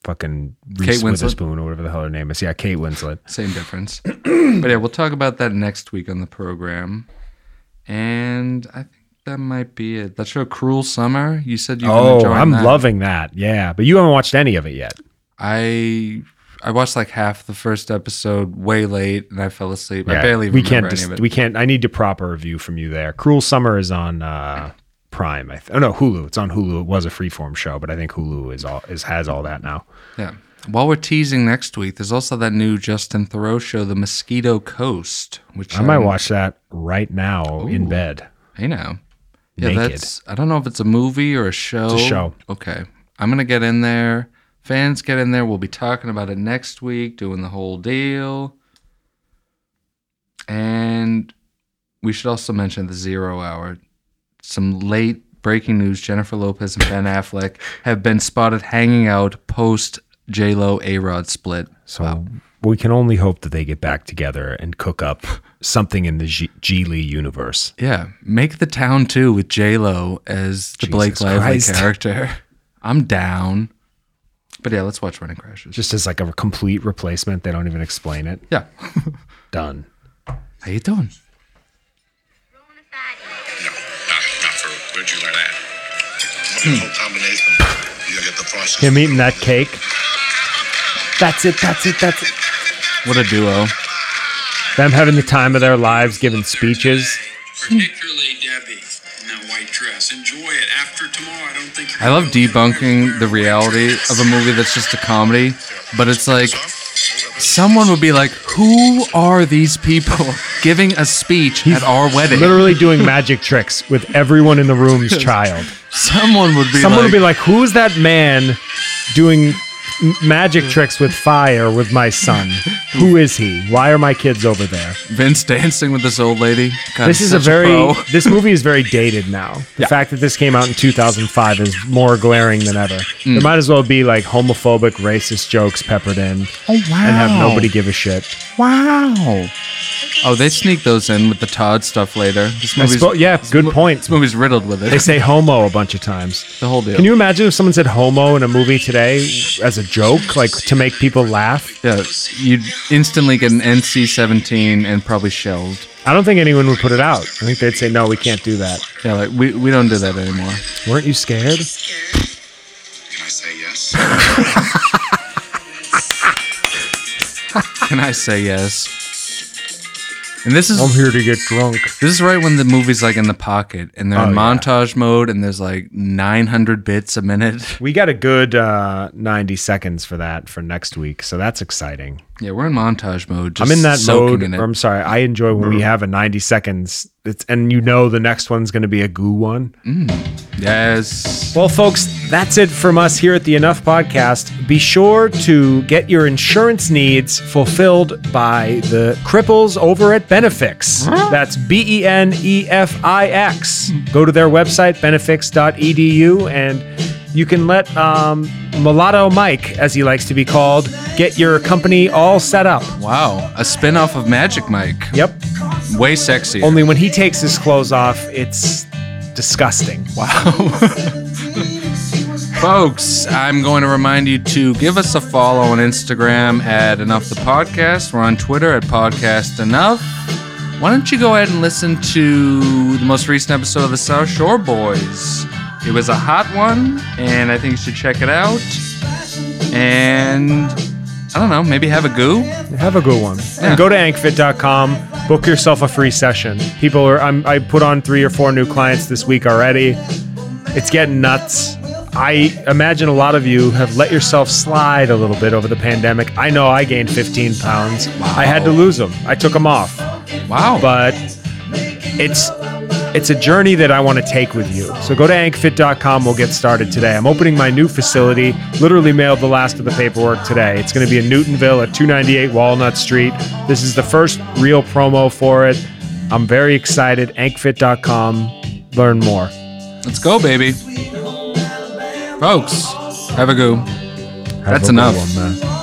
fucking Reese Kate Winslet? Witherspoon or whatever the hell her name is. Yeah, Kate Winslet. same difference. but yeah, we'll talk about that next week on the program. And I think that might be it. That show, Cruel Summer. You said you. Oh, I'm loving that. Yeah, but you haven't watched any of it yet. I I watched like half the first episode way late, and I fell asleep. Yeah, I barely we remember can't. any dis- of it. We can't. I need to proper review from you there. Cruel Summer is on uh, Prime. I th- oh no, Hulu. It's on Hulu. It was a freeform show, but I think Hulu is all is has all that now. Yeah. While we're teasing next week, there's also that new Justin Thoreau show, The Mosquito Coast, which I might I'm- watch that right now in bed. You know, yeah, Naked. that's. I don't know if it's a movie or a show. It's a show. Okay, I'm gonna get in there. Fans, get in there. We'll be talking about it next week, doing the whole deal. And we should also mention the zero hour. Some late breaking news: Jennifer Lopez and Ben Affleck have been spotted hanging out post J Lo A Rod split. So we can only hope that they get back together and cook up something in the G- Geely universe. Yeah, make the town too with J Lo as the Jesus Blake Lively Christ. character. I'm down. But yeah, let's watch Running Crashes. Just as like a complete replacement. They don't even explain it. yeah. Done. How you doing? No, not, not for. Where'd you learn that? Hmm. Wonderful combination. You get the process. Him eating that cake. That's it. That's it. That's it. What a duo. Them having the time of their lives giving speeches. Particularly Debbie in that white dress. Enjoy it. After tomorrow, I don't think. I love debunking the reality of a movie that's just a comedy, but it's like someone would be like, "Who are these people giving a speech at our wedding?" Literally doing magic tricks with everyone in the room's child. someone would be Someone like, would be like, "Who's that man doing m- magic tricks with fire with my son? Who is he? Why are my kids over there?" "Vince dancing with this old lady." God, This he's is a such very pro. this movie is very dated now. The fact that this came out in 2005 is more glaring than ever. There might as well be like homophobic, racist jokes peppered in oh wow and have nobody give a shit. Wow. Oh, they sneak those in with the Todd stuff later. This I movie's suppo- yeah, good point. This movie's riddled with They it. say homo a bunch of times. The whole deal. Can you imagine if someone said homo in a movie today as a joke, like to make people laugh? yeah, you'd instantly get an NC-17 and probably shelved. I don't think anyone would put it out. I think they'd say, no, we can't do that. Yeah, like we, we don't do that anymore. Weren't you scared? Can I say yes? Can I say yes? And this is I'm here to get drunk. this is right when the movie's like in the pocket and they're Oh, in yeah. montage mode and there's like 900 bits a minute. We got a good uh, 90 seconds for that for next week, so that's exciting. Yeah, we're in montage mode. Just I'm in that soaking mode. in it. or I'm sorry, I enjoy when we have a 90 seconds, it's, and you know the next one's going to be a goo one. yes. Well, folks, that's it from us here at the Enough Podcast. Be sure to get your insurance needs fulfilled by the cripples over at Benefix. That's B E N E F I X. Go to their website, benefix.edu, and you can let um, Mulatto Mike, as he likes to be called, get your company all set up. Wow, a spin-off of Magic Mike. Yep. Way sexier. Only when he takes his clothes off, it's disgusting. Folks, I'm going to remind you to give us a follow on Instagram at Enough the Podcast. We're on Twitter at Podcast Enough. Why don't you go ahead and listen to the most recent episode of the South Shore Boys? It was a hot one, and I think you should check it out. And I don't know, maybe have a goo. Have a good one. And go to ankfit.com, book yourself a free session. People are, I'm, I put on three or four new clients this week already. It's getting nuts. I imagine a lot of you have let yourself slide a little bit over the pandemic. I know I gained 15 pounds. I had to lose them. I took them off. Wow. But it's it's a journey that I want to take with you. So go to ankfit.com. We'll get started today. I'm opening my new facility. Literally mailed the last of the paperwork today. It's going to be in Newtonville at 298 Walnut Street. This is the first real promo for it. I'm very excited. Ankfit.com. Learn more. Let's go, baby. Folks, have a goo. Have That's a good enough. one, man.